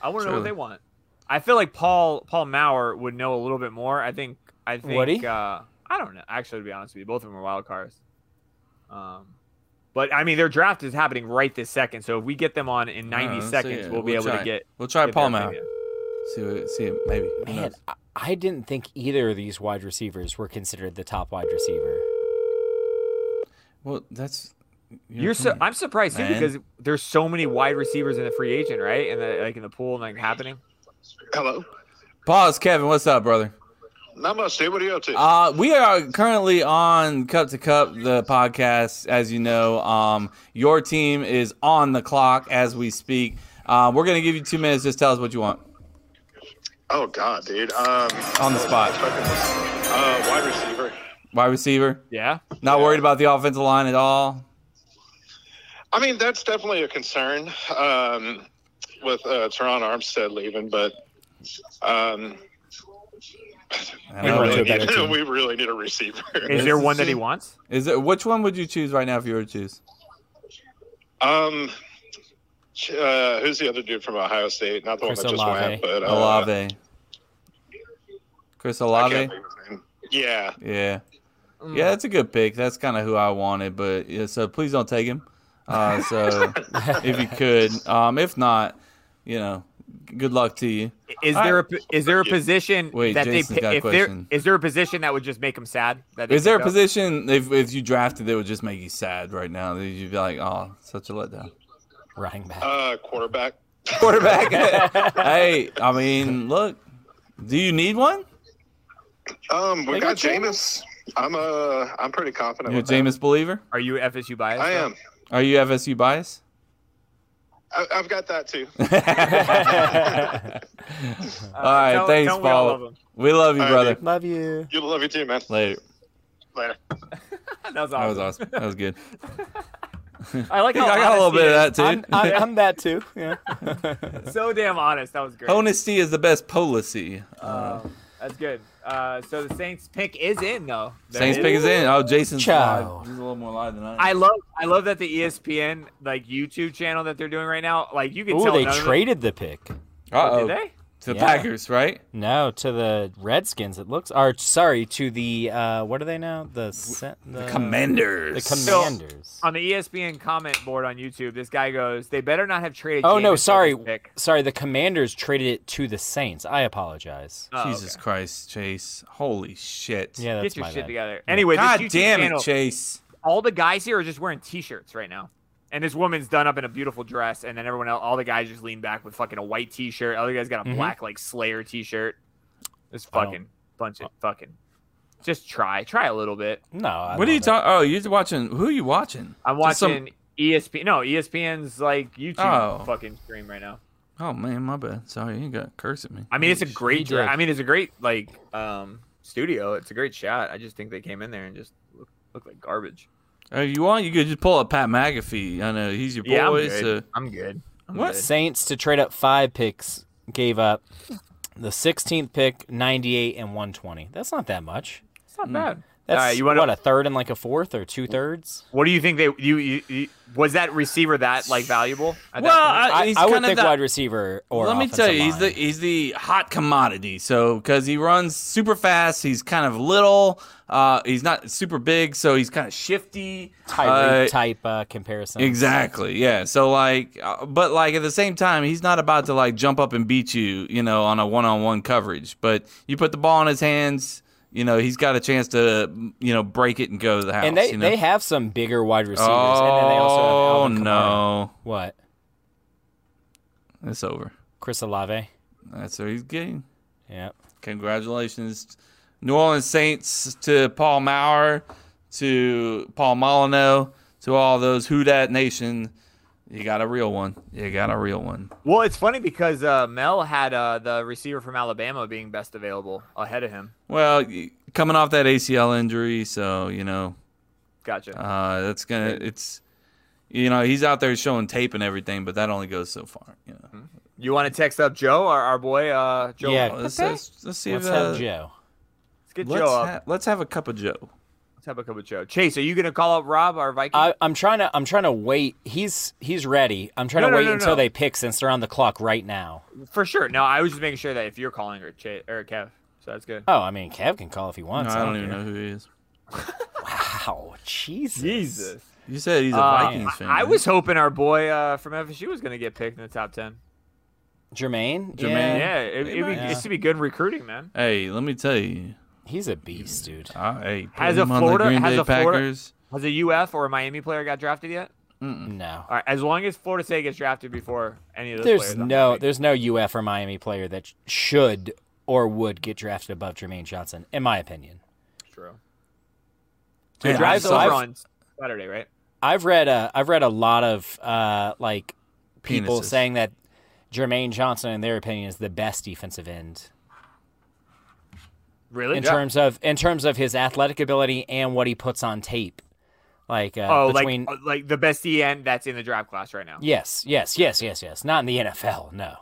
Speaker 4: I want to know what
Speaker 1: Surely.
Speaker 4: they want. I feel like Paul Paul Maurer would know a little bit more. I think I think
Speaker 3: Would he?
Speaker 4: uh I don't know. Actually, to be honest with you, both of them are wild cards. Um but I mean their draft is happening right this second. So if we get them on in 90
Speaker 1: Uh, let's see.
Speaker 4: seconds, we'll, be able
Speaker 1: try.
Speaker 4: to get
Speaker 1: We'll try
Speaker 4: get
Speaker 1: Paul
Speaker 4: their
Speaker 1: Maurer.
Speaker 4: opinion.
Speaker 1: See, what- see, it, maybe. Who
Speaker 3: man.
Speaker 1: knows?
Speaker 3: I, I didn't think either of these wide receivers were considered the top wide receiver.
Speaker 1: Well, that's
Speaker 4: You're so I'm surprised too
Speaker 1: Man.
Speaker 4: because there's so many wide receivers in the free agent, right? And the, like in the pool and like happening.
Speaker 2: Hello.
Speaker 1: Pause, Kevin. What's up, brother?
Speaker 2: Not much, dude. What are you up to?
Speaker 1: Uh, we are currently on Cup to Cup, the podcast. As you know, um, your team is on the clock as we speak. Uh, we're gonna give you two minutes. Just tell us what you want
Speaker 2: oh God, dude. Um,
Speaker 1: on the spot.
Speaker 2: uh, wide receiver.
Speaker 1: Wide receiver.
Speaker 4: Yeah.
Speaker 1: Not worried about the offensive line at all.
Speaker 2: I mean, that's definitely a concern um, with uh, Teron Armstead leaving, but um,
Speaker 1: I don't
Speaker 2: we,
Speaker 3: runs
Speaker 1: know.
Speaker 2: really
Speaker 3: a better team.
Speaker 2: need, <laughs> we really need a receiver.
Speaker 4: Is there one that he wants?
Speaker 1: Is it which one would you choose right now if you were to choose?
Speaker 2: Um, uh, who's the other dude from Ohio State? Not the
Speaker 3: Chris
Speaker 2: one that
Speaker 3: Olave.
Speaker 2: just went, but uh,
Speaker 1: Olave. Chris
Speaker 2: I
Speaker 1: Olave.
Speaker 2: can't think of his name. Yeah,
Speaker 1: Yeah.
Speaker 4: Mm.
Speaker 1: Yeah, that's a good pick. That's kind of who I wanted, but yeah, so please don't take him. Uh,
Speaker 4: <laughs>
Speaker 1: so if you could, um, if not, you know, good luck to you.
Speaker 4: Is
Speaker 1: All
Speaker 4: there a is there a position
Speaker 1: Wait,
Speaker 4: that
Speaker 1: Jason's
Speaker 4: they
Speaker 1: got a
Speaker 4: pi- if there
Speaker 1: question.
Speaker 4: is there a position that would just make them sad? That they
Speaker 1: Is there a
Speaker 4: picked up?
Speaker 1: position if if you drafted that would just make you sad right now? That you'd be like, oh, such a letdown.
Speaker 4: <laughs>
Speaker 3: Running back.
Speaker 2: Uh, quarterback.
Speaker 1: Quarterback. <laughs> hey, I mean, look, do you need one?
Speaker 2: Um, we
Speaker 1: They got
Speaker 2: got Jameis. I'm uh, I'm pretty confident.
Speaker 1: You're a
Speaker 2: with that.
Speaker 1: Jameis believer.
Speaker 4: Are you FSU biased?
Speaker 2: I
Speaker 4: though?
Speaker 2: am.
Speaker 1: Are you FSU biased?
Speaker 4: <laughs>
Speaker 1: <laughs>
Speaker 2: I, I've got that too.
Speaker 1: All right,
Speaker 4: don't-
Speaker 1: thanks,
Speaker 4: don't we
Speaker 1: Paul.
Speaker 4: all love
Speaker 1: We,
Speaker 4: him?
Speaker 1: love you,
Speaker 2: All right,
Speaker 1: brother.
Speaker 2: dude.
Speaker 3: <laughs> Love you.
Speaker 2: You love you too, man.
Speaker 1: Later.
Speaker 2: Later.
Speaker 4: That was
Speaker 1: That
Speaker 4: awesome.
Speaker 1: was awesome. That was
Speaker 4: <laughs>
Speaker 1: good. <laughs>
Speaker 4: I like how
Speaker 1: I got a little bit of that too.
Speaker 3: I'm, I'm, I'm that too. Yeah.
Speaker 4: that. So damn honest. That was great.
Speaker 1: Honesty is the best policy.
Speaker 4: Um, that's good. Uh, so the Saints pick is in though. There
Speaker 1: Saints pick is in. Oh, Jason's
Speaker 3: Ciao.
Speaker 1: live. He's a little more live than I.
Speaker 4: I love I love that the E ESPN like YouTube channel that they're doing right now. Like you can
Speaker 3: Ooh,
Speaker 4: tell
Speaker 3: they
Speaker 4: none of
Speaker 3: traded the pick.
Speaker 1: am. Uh
Speaker 4: Them,
Speaker 1: oh.
Speaker 4: did they?
Speaker 1: To the
Speaker 3: Yeah.
Speaker 1: Packers, right?
Speaker 3: No, to the Redskins. It looks. Or sorry, to the uh, what are they now? The Sen- the, Uh, the
Speaker 1: Commanders.
Speaker 3: Commanders.
Speaker 4: On the E ESPN comment board on YouTube, this guy goes, "They better not have traded."
Speaker 3: Oh
Speaker 4: Jameis
Speaker 3: no,
Speaker 4: with
Speaker 3: sorry,
Speaker 4: this pick."
Speaker 3: sorry. The Commanders traded it to the Saints. I apologize.
Speaker 4: Oh,
Speaker 1: Jesus
Speaker 4: okay. Christ!
Speaker 1: Christ, Chase. Holy shit.
Speaker 3: Yeah, that's
Speaker 4: Get your
Speaker 3: my
Speaker 4: shit
Speaker 3: bad.
Speaker 4: together. Anyway,
Speaker 1: God
Speaker 4: this YouTube
Speaker 1: damn it,
Speaker 4: channel,
Speaker 1: Chase.
Speaker 4: all the guys here are just wearing T-shirts right now, and this woman's done up in a beautiful dress, and then everyone else, all the guys just lean back with fucking a white T-shirt. Other guys got a
Speaker 3: Mhm.
Speaker 4: black like Slayer T-shirt. This
Speaker 3: I don't-
Speaker 4: fucking bunch of fucking. Just try, try a little bit.
Speaker 3: No, I
Speaker 1: What are you
Speaker 3: love
Speaker 1: talking? Oh, you're watching. Who are you watching?
Speaker 4: I'm
Speaker 1: Just some-
Speaker 4: watching ESPN. No, E ESPN's like YouTube
Speaker 1: Oh.
Speaker 4: fucking stream right now.
Speaker 1: Oh man, my bad. Sorry, you got curse at me.
Speaker 4: I mean, it's a great.
Speaker 3: did.
Speaker 4: Dra- I mean, it's a great like um studio. It's a great shot. I just think they came in there and just look, look like garbage.
Speaker 1: Uh, If you want, you could just pull up Pat McAfee. I know he's your boy.
Speaker 4: yeah, I'm good.
Speaker 3: uh,
Speaker 1: so-
Speaker 4: I'm good. I'm
Speaker 1: What?
Speaker 3: it.
Speaker 4: good.
Speaker 3: Saints to trade up five picks gave up the 16th pick, 98 and 120. That's not that much.
Speaker 4: It's not bad.
Speaker 3: That's
Speaker 4: Hmm. All right, you wanna-
Speaker 3: what a third and like a fourth or two thirds.
Speaker 4: What do you think they you, you, you was that receiver that like valuable? at that
Speaker 1: Well,
Speaker 4: point?
Speaker 1: I,
Speaker 3: I,
Speaker 1: Uh, he's
Speaker 3: I would
Speaker 1: kinda
Speaker 3: think
Speaker 1: the-
Speaker 3: wide receiver or
Speaker 1: Let me
Speaker 3: offensive
Speaker 1: tell you, he's
Speaker 3: line.
Speaker 1: the he's the hot commodity. So because he runs super fast, he's kind of little. Uh, he's not super big, so he's kind of shifty.
Speaker 3: Tyreek
Speaker 1: Uh,
Speaker 3: type uh, comparison.
Speaker 1: Exactly. Yeah. So like, uh, but like at the same time, he's not about to like jump up and beat you, you know, on a one-on-one coverage. But you put the ball in his hands, you know, he's got a chance to, you know, break it and go to the house.
Speaker 3: And they,
Speaker 1: you know?
Speaker 3: they have some bigger wide receivers. and then they also have
Speaker 1: Oh
Speaker 3: Alvin Kamara.
Speaker 1: no,
Speaker 3: What?
Speaker 1: it's over.
Speaker 3: Chris Olave.
Speaker 1: That's what he's getting.
Speaker 3: Yeah.
Speaker 1: Congratulations, New Orleans Saints, to Paul Maurer, to Paul Molyneux, to all those Who Dat Nation. You got a real one. You got a real one.
Speaker 4: well, it's funny because uh, Mel had uh, the receiver from Alabama being best available ahead of him.
Speaker 1: Well, y- coming off that ACL injury, so you know
Speaker 4: Gotcha.
Speaker 1: uh, that's gonna. It's you know he's out there showing tape and everything, but that only goes so far. You know.
Speaker 4: Mm-hmm. you want to text up Joe, our, our boy uh, Joe?
Speaker 3: Yeah.
Speaker 1: Let's, let's, let's see
Speaker 3: Let's
Speaker 1: if
Speaker 3: have
Speaker 1: uh,
Speaker 3: Joe.
Speaker 4: let's get
Speaker 1: Let's,
Speaker 4: Joe up.
Speaker 1: ha- let's have a cup of Joe.
Speaker 4: let's have a cup of Joe. Chase, are you gonna call up Rob, our Viking?
Speaker 3: I, I'm trying to. I'm trying to wait. He's he's ready. I'm trying
Speaker 4: No,
Speaker 3: to
Speaker 4: no,
Speaker 3: wait
Speaker 4: no,
Speaker 3: until
Speaker 4: no.
Speaker 3: they pick since they're on the clock right now.
Speaker 4: For sure. No, I was just making sure that if you're calling her, Ch- or Kev, so that's good.
Speaker 3: Oh, I mean, Kev can call if he
Speaker 1: No,
Speaker 3: wants.
Speaker 1: I don't even know who he is.
Speaker 3: Wow, Jesus.
Speaker 1: You said he's a
Speaker 4: Uh,
Speaker 1: Vikings fan.
Speaker 4: I, I
Speaker 1: right?
Speaker 4: was hoping our boy uh, from FSU was gonna get picked in the top ten.
Speaker 3: Jermaine.
Speaker 1: Jermaine.
Speaker 3: Yeah.
Speaker 4: Yeah, it, it'd be,
Speaker 1: might.
Speaker 4: it should be good recruiting, man.
Speaker 1: Hey, let me tell you.
Speaker 3: He's a beast, dude.
Speaker 1: Uh, hey, put
Speaker 4: Has a
Speaker 1: him on
Speaker 4: Florida-
Speaker 1: the Green
Speaker 4: has
Speaker 1: Bay
Speaker 4: a Florida-
Speaker 1: Packers.
Speaker 4: Has a UF or a Miami player got drafted yet?
Speaker 3: No.
Speaker 4: All right, as long as Florida State gets drafted before any of those
Speaker 3: There's
Speaker 4: players, I'm
Speaker 3: no.
Speaker 4: happy.
Speaker 3: There's no UF or Miami player that sh- should or would get drafted above Jermaine Johnson, in my opinion.
Speaker 4: true.
Speaker 1: Man,
Speaker 4: The
Speaker 1: I'm
Speaker 4: drive's
Speaker 1: sorry.
Speaker 4: over on Saturday, right?
Speaker 3: I've read a. I've read a lot of uh, like people
Speaker 1: Penises.
Speaker 3: saying that Jermaine Johnson, in their opinion, is the best defensive end
Speaker 4: Really?
Speaker 3: in terms of in terms of his athletic ability and what he puts on tape. Like uh,
Speaker 4: oh,
Speaker 3: between
Speaker 4: like like the best EN that's in the draft class right now.
Speaker 3: yes, yes, yes, yes, yes. Not in the NFL, no.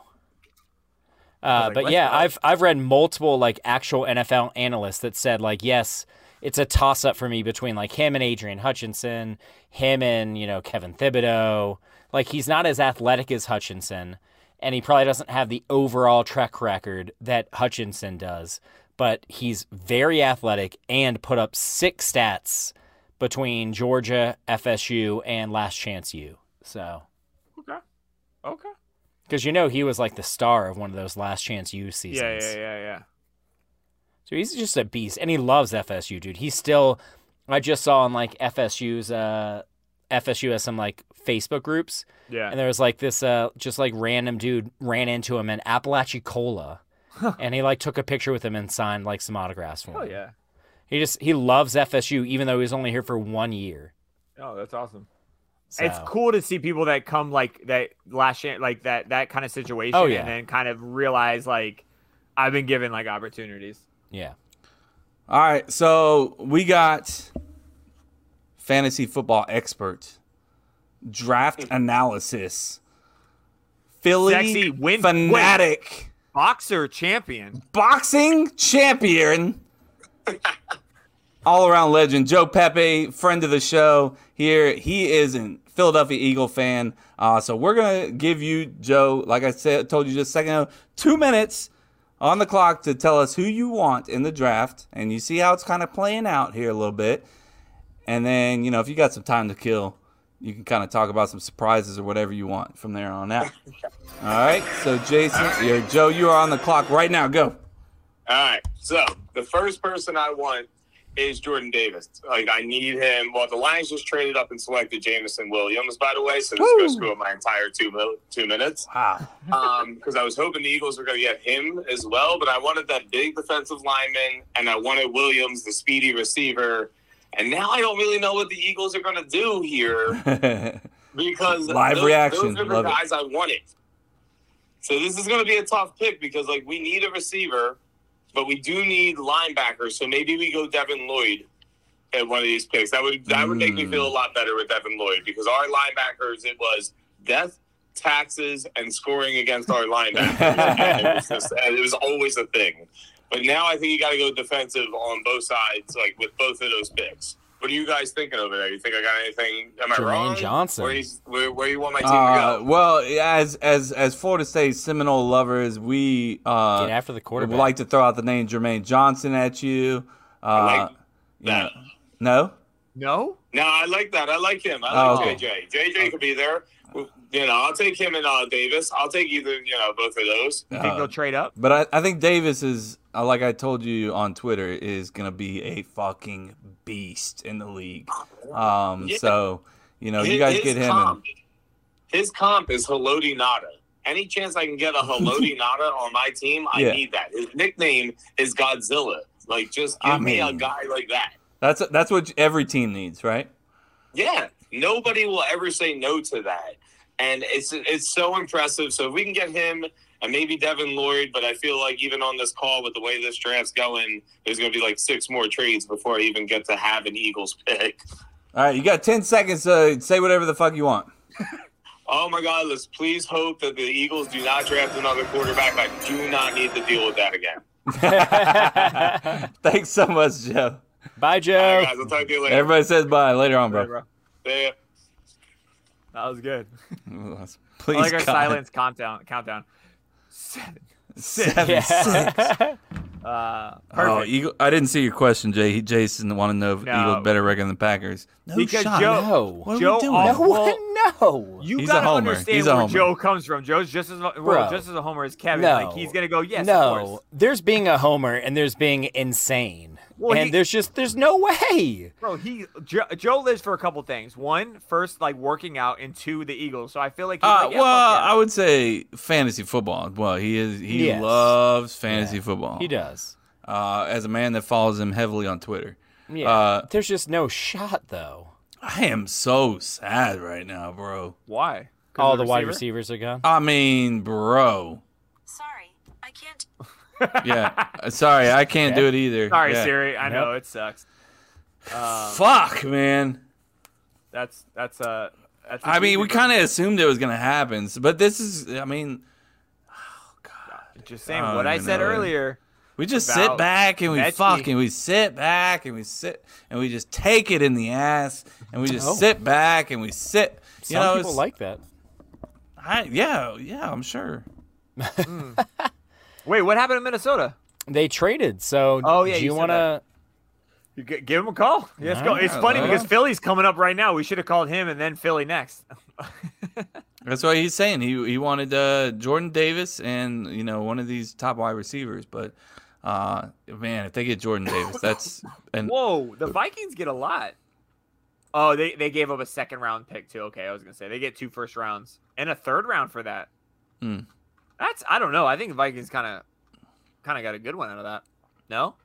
Speaker 3: Uh,
Speaker 4: like,
Speaker 3: but
Speaker 4: "Let's
Speaker 3: yeah,
Speaker 4: go."
Speaker 3: I've I've read multiple like actual NFL analysts that said like yes, it's a toss up for me between like him and Adrian Hutchinson, him and you know Kevin Thibodeau. Like he's not as athletic as Hutchinson, and he probably doesn't have the overall track record that Hutchinson does. but he's very athletic and put up six stats between Georgia, FSU, and Last Chance U. So,
Speaker 1: Okay. Okay.
Speaker 3: because you know he was like the star of one of those Last Chance U seasons.
Speaker 4: Yeah, yeah, yeah, yeah.
Speaker 3: So he's just a beast, and he loves FSU, dude. He's still. I just saw on like FSU's uh, FSU has some like Facebook groups,
Speaker 4: Yeah.
Speaker 3: and there was like this uh, just like random dude ran into him in Apalachicola, and he like took a picture with him and signed like some autographs for him.
Speaker 4: oh yeah.
Speaker 3: He just he loves FSU, even though he was only here for one year.
Speaker 8: Oh, that's awesome.
Speaker 3: So.
Speaker 4: It's cool to see people that come like that last year, like that that kind of situation,
Speaker 3: Oh, yeah.
Speaker 4: and then kind of realize like I've been given like opportunities.
Speaker 3: Yeah.
Speaker 1: All right, so we got fantasy football expert draft analysis. Philly
Speaker 4: Sexy win-
Speaker 1: fanatic
Speaker 4: Boxer champion.
Speaker 1: boxing champion, all around legend, Joe Pepe, friend of the show here. He is a Philadelphia Eagle fan. Uh, so we're going to give you, Joe, like I said, told you just a second ago, two minutes on the clock to tell us who you want in the draft. And you see how it's kind of playing out here a little bit. And then, you know, if you got some time to kill, you can kind of talk about some surprises or whatever you want from there on out. All right. So, Jason, or Joe, you are on the clock right now. Go.
Speaker 2: All right. So the first person I want is Jordan Davis. Like I need him. Well, the Lions just traded up and selected Jamison Williams, by the way. So this goes through my entire two mil- two minutes. <laughs>
Speaker 1: Wow.
Speaker 2: because I was hoping the Eagles were going to get him as well, but I wanted that big defensive lineman and I wanted Williams, the speedy receiver. And now I don't really know what the Eagles are going to do here because
Speaker 1: Live
Speaker 2: those,
Speaker 1: reaction.
Speaker 2: those are the
Speaker 1: Love it.
Speaker 2: guys I wanted. So this is going to be a tough pick because like we need a receiver, but we do need linebackers. So maybe we go Devin Lloyd at one of these picks. That would that would make me
Speaker 1: Mm.
Speaker 2: feel a lot better with Devin Lloyd because our linebackers it was death, taxes, and scoring against our
Speaker 1: <laughs>
Speaker 2: linebackers. and it, was just, and it was always a thing. But now I think you got to go defensive on both sides, like with both of those picks. What are you guys thinking over there? You think I got anything? Am I
Speaker 3: Jermaine
Speaker 2: wrong?
Speaker 3: Johnson.
Speaker 2: Where, he's- where, where you want my team
Speaker 1: Uh,
Speaker 2: to go?
Speaker 1: well, as as as Florida State Seminole lovers, we
Speaker 3: Get
Speaker 1: uh,
Speaker 3: after the
Speaker 1: would
Speaker 3: quarterback. <laughs>
Speaker 1: like to throw out the name Jermaine Johnson at you. Uh,
Speaker 2: I like
Speaker 1: you know-
Speaker 2: that.
Speaker 1: No.
Speaker 4: No,
Speaker 2: No, I like that. I like him.
Speaker 1: Oh,
Speaker 2: I like
Speaker 1: okay.
Speaker 2: JJ. JJ could be there. You know, I'll take him and uh, Davis. I'll take either, you know, both of those.
Speaker 4: you think
Speaker 1: Uh,
Speaker 4: they'll trade up?
Speaker 1: But I, I think Davis is, uh, like I told you on Twitter, is going to be a fucking beast in the league. Um,
Speaker 2: Yeah.
Speaker 1: So, you know, you guys get him. And,
Speaker 2: Comp, his comp is Haloti Nada. Any chance I can get
Speaker 1: <laughs>
Speaker 2: a Haloti Nada on my team, I
Speaker 1: Yeah.
Speaker 2: need that. His nickname is Godzilla. Like, just give
Speaker 1: I
Speaker 2: me a
Speaker 1: mean-
Speaker 2: guy like that.
Speaker 1: that's that's what every team needs, right?
Speaker 2: Yeah, nobody will ever say no to that, and it's it's so impressive. So if we can get him and maybe Devin Lloyd, but I feel like even on this call with the way this draft's going, there's going to be like six more trades before I even get to have an Eagles pick.
Speaker 1: All right, you got ten seconds to say whatever the fuck you want. <laughs>
Speaker 2: Oh my God! Let's please hope that the Eagles do not draft another quarterback. I do not need to deal with that again.
Speaker 1: Thanks so much, Joe.
Speaker 3: Bye,
Speaker 1: <laughs>
Speaker 2: All
Speaker 3: Joe.
Speaker 2: right, guys, I'll talk to you later.
Speaker 1: Everybody says bye later on, bro.
Speaker 2: See ya.
Speaker 4: That was good.
Speaker 1: <laughs> Please,
Speaker 4: I like our
Speaker 1: God.
Speaker 4: silence countdown. Countdown.
Speaker 1: <laughs> Seven, six.
Speaker 3: <laughs> Yeah.
Speaker 4: Uh, perfect.
Speaker 1: Oh, Eagle, I didn't see your question, Jay. He, Jason wanted to know if
Speaker 4: No.
Speaker 1: Eagles better record than the Packers. No
Speaker 4: Because
Speaker 1: shot.
Speaker 4: Joe-
Speaker 3: no.
Speaker 1: what are
Speaker 4: Joe
Speaker 1: we doing?
Speaker 4: all-
Speaker 3: No.
Speaker 4: Oh, Well-
Speaker 3: no.
Speaker 4: You
Speaker 1: He's a
Speaker 4: gotta
Speaker 1: homer.
Speaker 4: understand
Speaker 1: He's a
Speaker 4: where
Speaker 1: homer.
Speaker 4: Joe comes from. Joe's just as
Speaker 3: Bro.
Speaker 4: well, just as a homer as Kevin.
Speaker 3: No.
Speaker 4: Like he's gonna go yes. Of
Speaker 3: no,
Speaker 4: course.
Speaker 3: there's being a homer and there's being insane,
Speaker 4: Well,
Speaker 3: and
Speaker 4: he-
Speaker 3: there's just there's no way.
Speaker 4: Bro, he Joe, Joe lives for a couple things. One, first, like working out, and two, the Eagles. So I feel like he's
Speaker 1: Uh,
Speaker 4: like, yeah,
Speaker 1: well,
Speaker 4: fuck
Speaker 1: I
Speaker 4: yeah.
Speaker 1: would say fantasy football. Well, he is he
Speaker 3: Yes.
Speaker 1: loves fantasy football.
Speaker 3: He does.
Speaker 1: Uh, as a man that follows him heavily on Twitter,
Speaker 3: Yeah,
Speaker 1: Uh,
Speaker 3: there's just no shot though.
Speaker 1: I am so sad right now, bro.
Speaker 4: why? 'Cause
Speaker 3: All
Speaker 4: of
Speaker 3: the wide
Speaker 4: receiver?
Speaker 3: receivers are gone.
Speaker 1: I mean, bro.
Speaker 9: Sorry, I can't.
Speaker 4: <laughs>
Speaker 1: Yeah. Sorry, I can't do it either.
Speaker 4: Sorry,
Speaker 1: yeah.
Speaker 4: Siri. I
Speaker 3: Yep.
Speaker 4: know it sucks. Um,
Speaker 1: Fuck, man.
Speaker 4: that's that's uh. That's
Speaker 1: I mean, we kind of assumed it was gonna happen, s- but this is. I mean,
Speaker 4: of just saying
Speaker 1: I don't
Speaker 4: what I
Speaker 1: even
Speaker 4: said
Speaker 1: know.
Speaker 4: earlier.
Speaker 1: we just sit
Speaker 4: About
Speaker 1: back and we
Speaker 4: Gretzky.
Speaker 1: fuck and we sit back and we sit and we just take it in the ass and we just
Speaker 3: Oh.
Speaker 1: sit back and we sit. You
Speaker 3: Some
Speaker 1: know,
Speaker 3: people
Speaker 1: it's-
Speaker 3: like that.
Speaker 1: I, yeah, yeah, I'm sure.
Speaker 4: Wait, what happened in Minnesota?
Speaker 3: They traded. So
Speaker 4: Oh, yeah,
Speaker 3: do
Speaker 4: you
Speaker 3: you
Speaker 4: said
Speaker 3: want to?
Speaker 4: You g- give him a call. Yes, go. It's
Speaker 1: Yeah,
Speaker 4: funny
Speaker 1: yeah.
Speaker 4: because Philly's coming up right now. We should have called him and then Philly next. <laughs>
Speaker 1: That's what he's saying. He he wanted uh, Jordan Davis and you know one of these top wide receivers, but uh, man, if they get Jordan Davis, that's and
Speaker 4: Whoa, the Vikings get a lot. Oh, they, they gave up a second round pick too. Okay, I was gonna say they get two first rounds and a third round for that.
Speaker 1: Hmm.
Speaker 4: That's I don't know. I think the Vikings kind of kind of got a good one out of that. No, All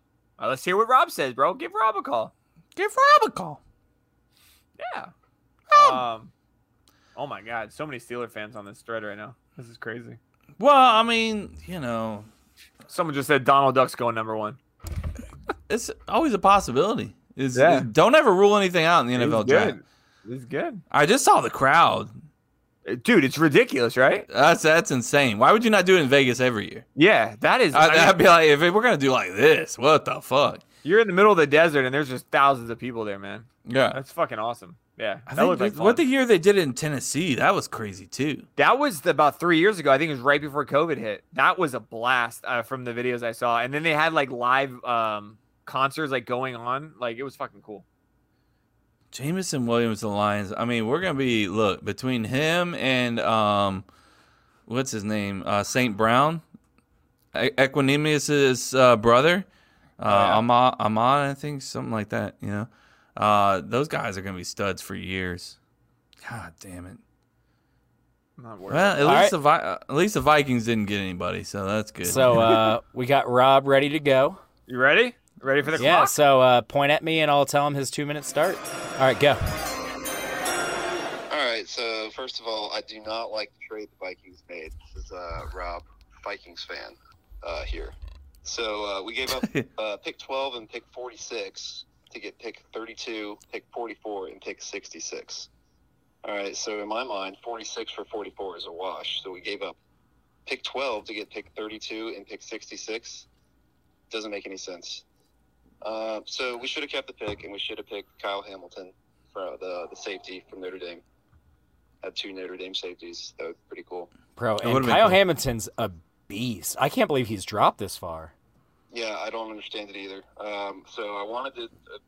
Speaker 4: right, let's hear what Rob says, bro. Give Rob a call.
Speaker 1: give Rob a call.
Speaker 4: Yeah. Um. Oh my God, so many Steeler fans on this thread right now. This is crazy.
Speaker 1: Well, I mean, you know,
Speaker 4: Someone just said Donald Duck's going number one.
Speaker 1: it's always a possibility. Is
Speaker 4: Yeah.
Speaker 1: don't ever rule anything out in the NFL draft.
Speaker 4: It's good.
Speaker 1: I just saw the crowd.
Speaker 4: Dude, it's ridiculous, right?
Speaker 1: That's that's insane. Why would you not do it in Vegas every year?
Speaker 4: Yeah, that is.
Speaker 1: I,
Speaker 4: <laughs> I mean,
Speaker 1: I'd Uh, be like, if we're gonna do like this, what the fuck?
Speaker 4: you're in the middle of the desert, and there's just thousands of people there, man.
Speaker 1: Yeah.
Speaker 4: That's fucking awesome. Yeah,
Speaker 1: I
Speaker 4: that
Speaker 1: think
Speaker 4: looked like
Speaker 1: th- what the
Speaker 4: fun.
Speaker 1: year they did it in Tennessee, that was crazy too.
Speaker 4: that was the- about three years ago. I think it was right before COVID hit. That was a blast uh, from the videos I saw, and then they had like live um, concerts like going on. Like it was fucking cool.
Speaker 1: Jamison Williams, the Lions. I mean, we're gonna be look between him and um, what's his name, uh, Saint Brown, e- Equanimeous's uh, brother, uh,
Speaker 8: Oh,
Speaker 4: yeah.
Speaker 1: Ama Amon, I think something like that. You know, uh, those guys are gonna be studs for years. God damn it.
Speaker 4: I'm not worried.
Speaker 1: Well, at
Speaker 3: All
Speaker 1: least
Speaker 3: right.
Speaker 1: the Vi- uh, at least the Vikings didn't get anybody, so that's good.
Speaker 3: So uh, we got Rob ready to go.
Speaker 4: you ready? Ready for the
Speaker 3: Yeah.
Speaker 4: clock?
Speaker 3: So uh, point at me and I'll tell him his two minutes start. All right, go.
Speaker 8: All right. So first of all, I do not like the trade the Vikings made. This is uh, Rob, Vikings fan, uh, here. So uh, we gave up uh, pick 12 and pick 46 to get pick 32, pick 44, and pick 66. All right. So in my mind, 46 for 44 is a wash. So we gave up pick 12 to get pick 32 and pick 66. Doesn't make any sense. Uh, so we should have kept the pick, and we should have picked Kyle Hamilton for the, the safety from Notre Dame. Had two Notre Dame safeties. That was pretty cool.
Speaker 3: Bro, and
Speaker 1: would've been
Speaker 3: Kyle
Speaker 1: cool.
Speaker 3: Hamilton's a beast. I can't believe he's dropped this far.
Speaker 8: Yeah, I don't understand it either. Um, so I wanted to. Uh,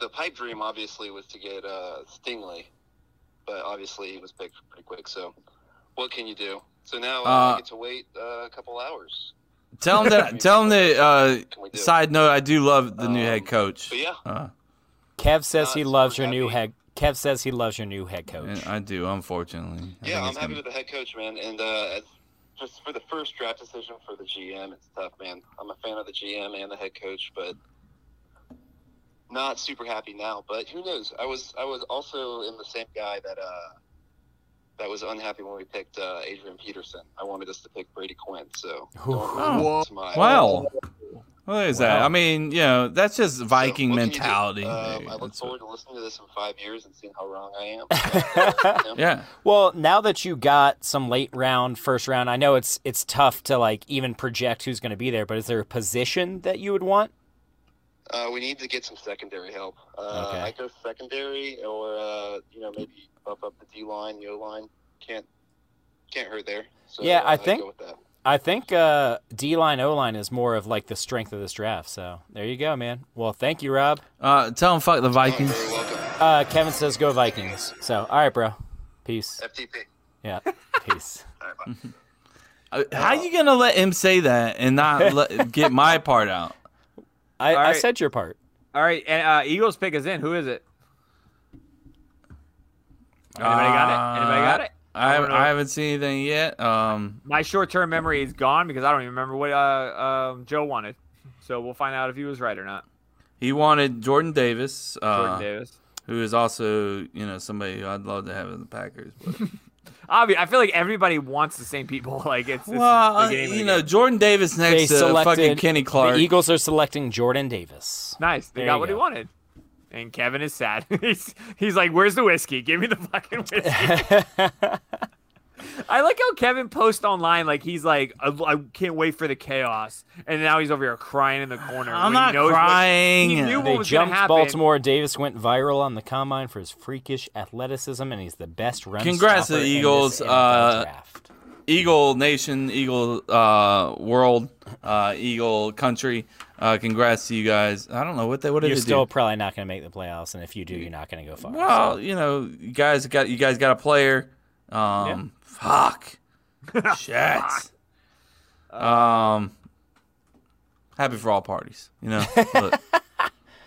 Speaker 8: the pipe dream obviously was to get uh, Stingley, but obviously he was picked pretty quick. So what can you do? So now uh,
Speaker 1: Uh,
Speaker 8: I get to wait uh, a couple hours.
Speaker 1: <laughs> tell him that. Tell him that.
Speaker 8: Can we
Speaker 1: Uh,
Speaker 8: do?
Speaker 1: side note: I do love the new
Speaker 8: Um,
Speaker 1: head coach.
Speaker 8: But yeah,
Speaker 1: Uh,
Speaker 3: Kev says he
Speaker 8: Uh,
Speaker 3: loves your
Speaker 8: I
Speaker 3: new
Speaker 8: mean-
Speaker 3: head. Kev says he loves your new head coach.
Speaker 1: I do, unfortunately. I
Speaker 8: yeah,
Speaker 1: think
Speaker 8: I'm
Speaker 1: it's
Speaker 8: happy
Speaker 1: gonna-
Speaker 8: with the head coach, man. And uh, just for the first draft decision for the GM, it's tough, man. I'm a fan of the GM and the head coach, but not super happy now. But who knows? I was I was also in the same guy that uh, that was unhappy when we picked uh, Adrian Peterson. I wanted us to pick Brady Quinn, so
Speaker 1: Oh,
Speaker 8: it's my
Speaker 1: Wow. Well, there's that.
Speaker 3: Wow.
Speaker 1: I mean, you know, that's just
Speaker 8: Oh, So,
Speaker 1: Viking
Speaker 8: what can you do?
Speaker 1: mentality.
Speaker 8: Um,
Speaker 1: dude.
Speaker 8: I
Speaker 1: That's
Speaker 8: look
Speaker 1: what-
Speaker 8: forward to listening to this in five years and seeing how wrong
Speaker 1: <laughs>
Speaker 8: I am. But, uh, you know,
Speaker 1: yeah.
Speaker 3: Well, now that you got some late round, first round, I know it's it's tough to like even project who's going to be there, but is there a position that you would want?
Speaker 8: Uh, we need to get some secondary help. Uh,
Speaker 3: Okay.
Speaker 8: I go secondary, or uh, you know, maybe bump up the D line, E O line. Can't can't hurt there. So,
Speaker 3: Yeah, I
Speaker 8: uh, I'd
Speaker 3: think-
Speaker 8: go with that.
Speaker 3: I think uh, D line, O line is more of like the strength of this draft. So there you go, man. Well, thank you, Rob.
Speaker 1: Uh, tell them fuck the
Speaker 8: Oh, you're
Speaker 1: Vikings.
Speaker 8: very welcome.
Speaker 3: Uh, Kevin says go Vikings. So all right, bro. Peace.
Speaker 8: FTP.
Speaker 3: Yeah.
Speaker 4: <laughs>
Speaker 3: Peace.
Speaker 8: All right, bye.
Speaker 1: Uh, How you gonna let him say that and not
Speaker 8: <laughs>
Speaker 1: let, get my part out?
Speaker 3: I,
Speaker 4: All
Speaker 3: I
Speaker 4: right.
Speaker 3: said your part.
Speaker 4: All right, and uh, Eagles pick is in. Who is it? Anybody got it? Anybody got it?
Speaker 1: Uh, I,
Speaker 4: I don't
Speaker 1: haven't-
Speaker 4: know.
Speaker 1: I haven't seen anything yet. Um,
Speaker 4: My short-term memory is gone because I don't even remember what uh, um, Joe wanted. So we'll find out if he was right or not.
Speaker 1: he wanted Jordan Davis, uh,
Speaker 4: Jordan Davis.
Speaker 1: who is also you know somebody who I'd love to have in the Packers. But
Speaker 4: Obvi- I feel like everybody wants the same people. <laughs> Like it's, it's
Speaker 1: well,
Speaker 4: the
Speaker 1: uh,
Speaker 4: game of the
Speaker 1: you know,
Speaker 4: game.
Speaker 1: Jordan Davis
Speaker 3: They
Speaker 1: next to
Speaker 3: selected
Speaker 1: fucking Kenny Clark.
Speaker 3: The Eagles are selecting Jordan Davis.
Speaker 4: nice. They
Speaker 3: There
Speaker 4: got
Speaker 3: you
Speaker 4: what
Speaker 3: go.
Speaker 4: he wanted. And Kevin is sad. <laughs> he's he's like, "Where's the whiskey? Give me the fucking
Speaker 1: <laughs>
Speaker 4: whiskey." I like how Kevin posts online like he's like, I, I can't wait for the chaos," and now he's over here crying in the corner.
Speaker 1: I'm
Speaker 4: when he
Speaker 1: not
Speaker 4: knows what-
Speaker 1: crying.
Speaker 4: he knew what
Speaker 3: They
Speaker 4: was gonna
Speaker 3: jumped
Speaker 4: happen.
Speaker 3: Baltimore. Davis went viral on the combine for his freakish athleticism, and he's the best run.
Speaker 1: Congrats to the
Speaker 3: stopper in this
Speaker 1: Eagles,
Speaker 3: NFL
Speaker 1: uh,
Speaker 3: draft.
Speaker 1: Eagle Nation, Eagle uh, World, uh, Eagle Country. Uh, congrats to you guys. I don't know what they what did
Speaker 3: You're
Speaker 1: they
Speaker 3: still
Speaker 1: do.
Speaker 3: probably not going to make the playoffs, and if you do, you're not going to go far.
Speaker 1: Well, you know, you guys got you guys got a player. Um,
Speaker 3: <laughs>
Speaker 1: fuck, shit. Um, happy for all parties. You know,
Speaker 3: <laughs>
Speaker 1: look,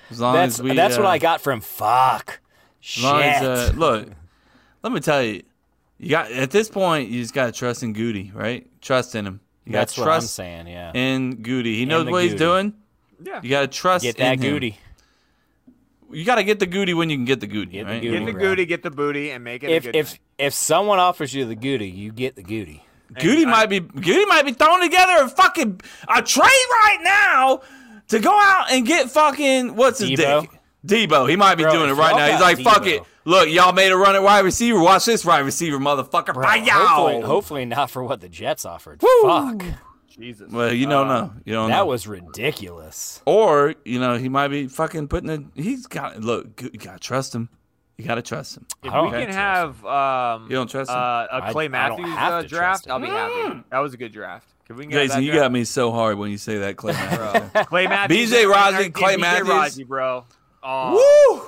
Speaker 1: as long
Speaker 3: that's
Speaker 1: as we
Speaker 3: that's what
Speaker 1: uh,
Speaker 3: I got from fuck.
Speaker 1: As
Speaker 3: Shit.
Speaker 1: long as, uh, look, let me tell you, you got at this point, you just got to trust in Goody, right? Trust in him. You got
Speaker 3: that's
Speaker 1: to
Speaker 3: what I'm
Speaker 1: trust
Speaker 3: saying. Yeah.
Speaker 1: in Goody. He knows
Speaker 3: the
Speaker 1: what
Speaker 3: Goody.
Speaker 1: he's doing.
Speaker 4: Yeah.
Speaker 1: You got to trust.
Speaker 3: Get that
Speaker 1: in him.
Speaker 3: Goody.
Speaker 1: You got to get the Goody when you can get the Goody.
Speaker 3: Get the
Speaker 1: right?
Speaker 3: Goody.
Speaker 4: Get the goody, get the booty, and make it
Speaker 3: If
Speaker 4: a good
Speaker 3: if
Speaker 4: night.
Speaker 3: if someone offers you the Goody, you get the Goody.
Speaker 1: Goody
Speaker 4: And I-
Speaker 1: might be Goody might be throwing together a fucking a trade right now to go out and get fucking what's his
Speaker 3: Debo?
Speaker 1: dick. Debo, he might be
Speaker 3: Bro,
Speaker 1: doing it
Speaker 3: if
Speaker 1: right
Speaker 3: y'all
Speaker 1: now. He's
Speaker 3: got
Speaker 1: like, "Fuck
Speaker 3: Debo.
Speaker 1: it, look, y'all made a run at wide receiver. Watch this wide receiver, motherfucker. Bye, y'all."
Speaker 3: Hopefully, hopefully not for what the Jets offered. Fuck.
Speaker 4: Jesus.
Speaker 1: Well, you don't know. You don't know.
Speaker 3: Uh, That was ridiculous.
Speaker 1: or you know, he might be fucking putting it. He's got look. Go- You gotta trust him. You gotta trust him.
Speaker 4: If
Speaker 3: I
Speaker 4: we
Speaker 3: don't
Speaker 4: can
Speaker 3: trust
Speaker 4: have um,
Speaker 1: You don't trust him?
Speaker 4: uh, a
Speaker 3: I-
Speaker 4: Clay
Speaker 3: I don't
Speaker 4: Matthews
Speaker 3: have
Speaker 4: uh,
Speaker 3: to trust
Speaker 4: draft,
Speaker 3: him.
Speaker 4: I'll be
Speaker 1: Mm.
Speaker 4: happy. That was a good draft. Can we get
Speaker 1: Jason,
Speaker 4: that
Speaker 1: you
Speaker 4: draft?
Speaker 1: got me so hard when you say that, Clay. Matthews.
Speaker 4: Bro.
Speaker 1: <laughs>
Speaker 4: Clay Matthews.
Speaker 1: BJ Raji,
Speaker 4: and
Speaker 1: Clay
Speaker 4: BJ
Speaker 1: Matthews.
Speaker 4: Raji, bro.
Speaker 1: <laughs>
Speaker 4: Oh,
Speaker 1: Woo!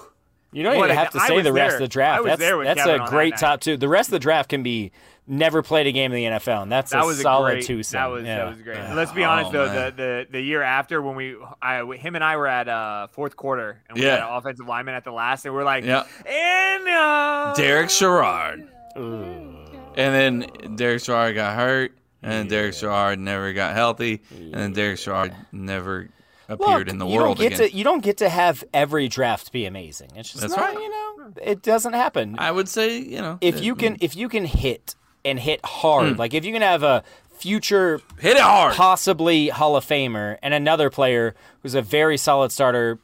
Speaker 3: You don't
Speaker 4: What
Speaker 3: even
Speaker 4: a-
Speaker 3: have to
Speaker 4: I
Speaker 3: say
Speaker 4: was
Speaker 3: the rest
Speaker 4: there.
Speaker 3: of the
Speaker 4: I
Speaker 3: draft.
Speaker 4: was
Speaker 3: That's
Speaker 4: there with
Speaker 3: that's
Speaker 4: Kevin
Speaker 3: a
Speaker 4: on that
Speaker 3: great
Speaker 4: night.
Speaker 3: top two. The rest of the draft can be never played a game in the NFL, and that's
Speaker 4: that
Speaker 3: a
Speaker 4: was a
Speaker 3: solid
Speaker 4: great,
Speaker 3: two.
Speaker 4: That was that was great. Let's be
Speaker 1: Oh,
Speaker 4: honest though,
Speaker 1: man.
Speaker 4: the, the the year after when we, I him and I were at uh fourth quarter and we
Speaker 1: Yeah.
Speaker 4: had an offensive lineman at the last, and we're like,
Speaker 1: Yeah,
Speaker 4: and uh,
Speaker 1: Derek Sherrard, and then Derek Sherrard got hurt, and then Derek Sherrard never got healthy, and then Derek Sherrard never appeared in the
Speaker 3: you
Speaker 1: world
Speaker 3: don't get
Speaker 1: again.
Speaker 3: to you don't get to have every draft be amazing. It's just
Speaker 1: That's
Speaker 3: not,
Speaker 1: right.
Speaker 3: you know, it doesn't happen.
Speaker 1: I would say, you know,
Speaker 3: if you can if you can hit and hit hard,
Speaker 1: Hmm.
Speaker 3: like if you can have a future
Speaker 1: hit it hard,
Speaker 3: possibly Hall of Famer and another player who's a very solid starter.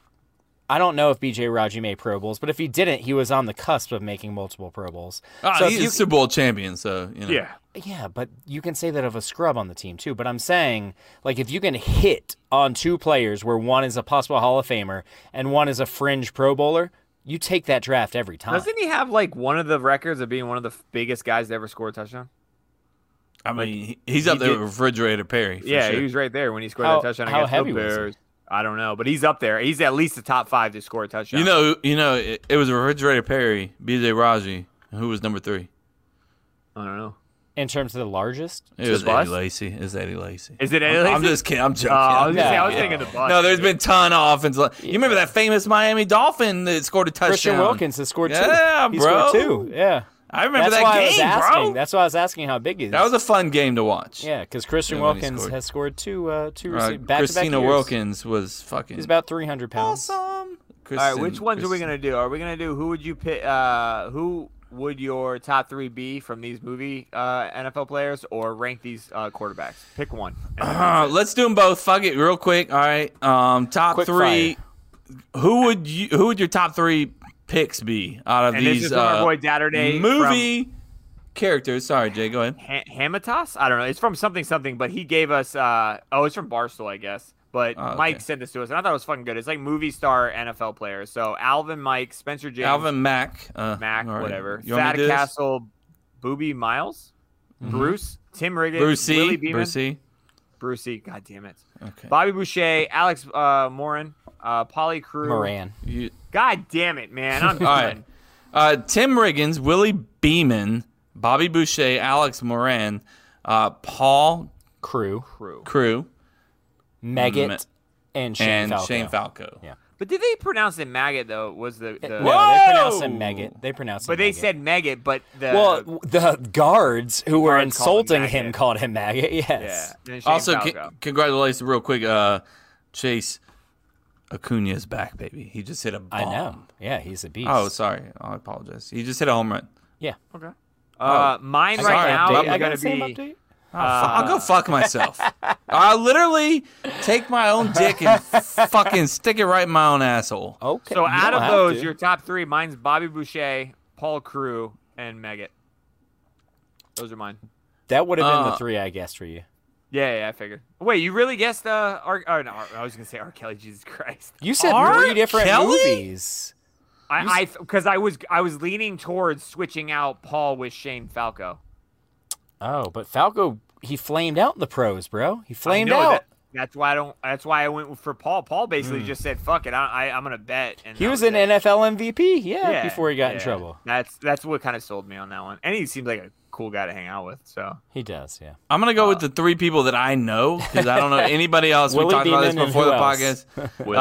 Speaker 3: I don't know if BJ Raji made Pro Bowls, but if he didn't, he was on the cusp of making multiple Pro Bowls.
Speaker 1: Ah,
Speaker 3: so if
Speaker 1: he's
Speaker 3: you-
Speaker 1: a Super Bowl champion, so you know.
Speaker 4: yeah,
Speaker 3: yeah, but you can say that of a scrub on the team too. But I'm saying, like, if you can hit on two players where one is a possible Hall of Famer and one is a fringe Pro Bowler, you take that draft every time.
Speaker 4: Doesn't he have like one of the records of being one of the f- biggest guys to ever score a touchdown?
Speaker 1: I mean, he- he's up
Speaker 4: he
Speaker 1: there
Speaker 4: did-
Speaker 1: with Refrigerator Perry. For
Speaker 4: yeah,
Speaker 1: sure.
Speaker 4: he was right there when he scored
Speaker 3: How-
Speaker 4: that touchdown
Speaker 3: how
Speaker 4: against
Speaker 3: heavy
Speaker 4: the
Speaker 3: was he?
Speaker 4: Bears. I don't know, but he's up there. He's at least the top five to score a touchdown.
Speaker 1: You know, you know, it, it was refrigerator Perry, BJ Raji, and who was number three?
Speaker 4: I don't know.
Speaker 3: in terms of the largest?
Speaker 1: It was
Speaker 4: bus?
Speaker 1: Eddie Lacy. It was Eddie Lacy.
Speaker 4: Is it Eddie
Speaker 1: I'm- I'm
Speaker 4: Lacy?
Speaker 1: just kidding. I'm joking.
Speaker 4: Oh, I was, gonna say, I was
Speaker 3: No.
Speaker 4: thinking the bus.
Speaker 1: no, there's been ton of offense. You remember that famous Miami Dolphin that scored a touchdown?
Speaker 3: Christian Wilkins has scored two.
Speaker 1: Yeah,
Speaker 3: he
Speaker 1: bro.
Speaker 3: scored two. Yeah,
Speaker 1: I remember
Speaker 3: that's
Speaker 1: that
Speaker 3: why
Speaker 1: game,
Speaker 3: I was asking.
Speaker 1: bro.
Speaker 3: That's why I was asking how big he is.
Speaker 1: That was a fun game to watch. Uh,
Speaker 3: yeah, because Christian
Speaker 1: Yeah, when he
Speaker 3: Wilkins
Speaker 1: scored.
Speaker 3: has scored two uh, two
Speaker 1: Uh,
Speaker 3: receivers back
Speaker 1: Christina
Speaker 3: to back
Speaker 1: Wilkins was fucking
Speaker 3: He's about 300 pounds.
Speaker 1: awesome.
Speaker 4: All right, which ones are we gonna do? Are we gonna do who would you pick? Uh, who would your top three be from these movie uh, NFL players, or rank these uh, quarterbacks? Pick one.
Speaker 1: Uh, let's do them both. Fuck it, real quick. All right, um, top
Speaker 3: Quick
Speaker 1: three. Who would you? Who would your top three picks be out of
Speaker 4: And
Speaker 1: these
Speaker 4: this is from our
Speaker 1: uh,
Speaker 4: boy Datterday
Speaker 1: movie characters? Sorry, Jay. Go ahead.
Speaker 4: Ha- Hamatas? I don't know. It's from something something, but he gave us. Uh, oh, it's from Barstool, I guess. But
Speaker 1: Oh,
Speaker 4: Mike
Speaker 1: okay.
Speaker 4: sent this to us, and I thought it was fucking good. It's like movie star NFL players. So Alvin, Mike, Spencer James,
Speaker 1: Alvin Mack. Uh,
Speaker 4: Mac,
Speaker 1: all right.
Speaker 4: whatever.
Speaker 1: You want me to
Speaker 4: Thad
Speaker 1: do this? Mm-hmm.
Speaker 4: Castle, Booby Miles, Bruce, Tim Riggins, Willie
Speaker 1: Brucey.
Speaker 4: Beeman,
Speaker 1: Brucey.
Speaker 4: Brucey. God damn it.
Speaker 1: Okay.
Speaker 4: Bobby Boucher, Alex uh, Morin, uh, Polly Crew.
Speaker 3: Moran.
Speaker 1: You-
Speaker 4: God damn it, man. I'm
Speaker 1: all right.
Speaker 4: done.
Speaker 1: Uh, Tim Riggins, Willie Beeman, Bobby Boucher, Alex Moran, uh, Paul
Speaker 3: Crew,
Speaker 4: Crew.
Speaker 1: Crew,
Speaker 3: Meggett, and Shane
Speaker 1: and
Speaker 3: Falco.
Speaker 1: Shane Falco.
Speaker 3: Yeah.
Speaker 4: But did they pronounce it maggot though? Was the, the
Speaker 3: No, they pronounce
Speaker 1: Whoa!
Speaker 3: him Meggett. They pronounce him.
Speaker 4: But they
Speaker 3: Meggett.
Speaker 4: said maggot, but the
Speaker 3: Well, w- the guards who were
Speaker 4: Guards called him
Speaker 3: insulting him
Speaker 4: maggot.
Speaker 3: called him maggot. <laughs>
Speaker 4: yeah.
Speaker 3: Yes.
Speaker 4: and Shane
Speaker 1: Also, c-
Speaker 4: Falco.
Speaker 1: congratulations, real quick. Uh, Chase Acuna's back, baby. He just hit a bomb.
Speaker 3: I know. Yeah, he's a beast.
Speaker 1: Oh, sorry. I apologize. He just hit a home run.
Speaker 3: yeah.
Speaker 4: uh, mine
Speaker 1: sorry,
Speaker 4: right now
Speaker 1: update.
Speaker 4: is
Speaker 1: I gotta
Speaker 4: gonna be
Speaker 1: Oh, fu-
Speaker 3: Ah.
Speaker 1: I'll go fuck myself. <laughs> I'll literally take my own dick
Speaker 3: <laughs>
Speaker 1: and fucking stick it right in my own asshole.
Speaker 3: Okay.
Speaker 4: so
Speaker 3: you
Speaker 4: out
Speaker 3: don't
Speaker 4: of
Speaker 3: have
Speaker 4: those,
Speaker 3: to.
Speaker 4: your top three. Mine's Bobby Boucher, Paul Crew, and maggot. Those are mine.
Speaker 3: that would have been
Speaker 1: Uh,
Speaker 3: the three I guessed for you.
Speaker 4: Yeah, yeah, I figured. Wait, you really guessed uh, R? Oh, no, R- I was gonna say R. Kelly. Jesus Christ.
Speaker 3: You said
Speaker 1: R.
Speaker 3: three different
Speaker 1: Kelly?
Speaker 3: movies.
Speaker 4: I, I, because I was, I was leaning towards switching out Paul with Shane Falco.
Speaker 3: Oh, Oh, but Falco, he flamed out in the pros, bro. He flamed
Speaker 4: I know
Speaker 3: out. Mm.
Speaker 4: that- that's why I don't. That's why I went for Paul. Paul basically just said, "Fuck it, I, I, I'm gonna bet." And
Speaker 3: he
Speaker 4: that
Speaker 3: was an
Speaker 4: it.
Speaker 3: NFL MVP, yeah,
Speaker 4: Yeah,
Speaker 3: before he got in
Speaker 4: yeah.
Speaker 3: trouble.
Speaker 4: That's that's what kind of sold me on that one. And he seems like a cool guy to hang out with. So
Speaker 3: He does, yeah.
Speaker 1: I'm gonna go with the three people that I know because I don't
Speaker 3: <laughs>
Speaker 1: know anybody else. we
Speaker 3: Uh, Willie
Speaker 1: talked about this
Speaker 3: Beeman and
Speaker 1: before
Speaker 3: who
Speaker 1: the
Speaker 3: else? <laughs>
Speaker 1: podcast.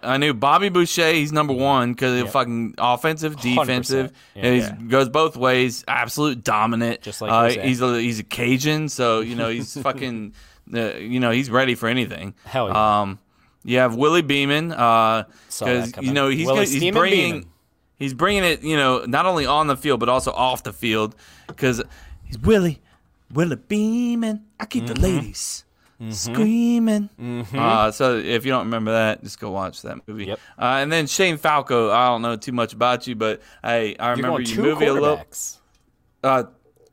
Speaker 1: uh, I knew Bobby Boucher. He's number one because he's fucking offensive,
Speaker 3: 100%.
Speaker 1: defensive.
Speaker 3: Yeah.
Speaker 1: and he's goes both ways. Absolute dominant.
Speaker 3: Just like
Speaker 1: uh,
Speaker 3: Jose.
Speaker 1: he's a, he's a Cajun, so you know
Speaker 3: <laughs>
Speaker 1: he's fucking. Uh, you know he's ready for anything.
Speaker 3: Hell yeah.
Speaker 1: Um, you have Willie Beeman
Speaker 3: Saw that
Speaker 1: because you
Speaker 3: coming.
Speaker 1: know he's
Speaker 3: Willie
Speaker 1: gonna, he's
Speaker 3: Steeman
Speaker 1: bringing
Speaker 3: Beeman.
Speaker 1: he's bringing it. You know not only on the field but also off the field because he's Willie. Willie Beeman. I keep the ladies screaming. Uh, so if you don't remember that, just go watch that movie.
Speaker 3: Yep.
Speaker 1: Uh, and then Shane Falco. I don't know too much about you, but hey, I
Speaker 3: You're
Speaker 1: remember
Speaker 3: going
Speaker 1: your
Speaker 3: two
Speaker 1: movie a little.
Speaker 3: quarterbacks.
Speaker 1: Uh,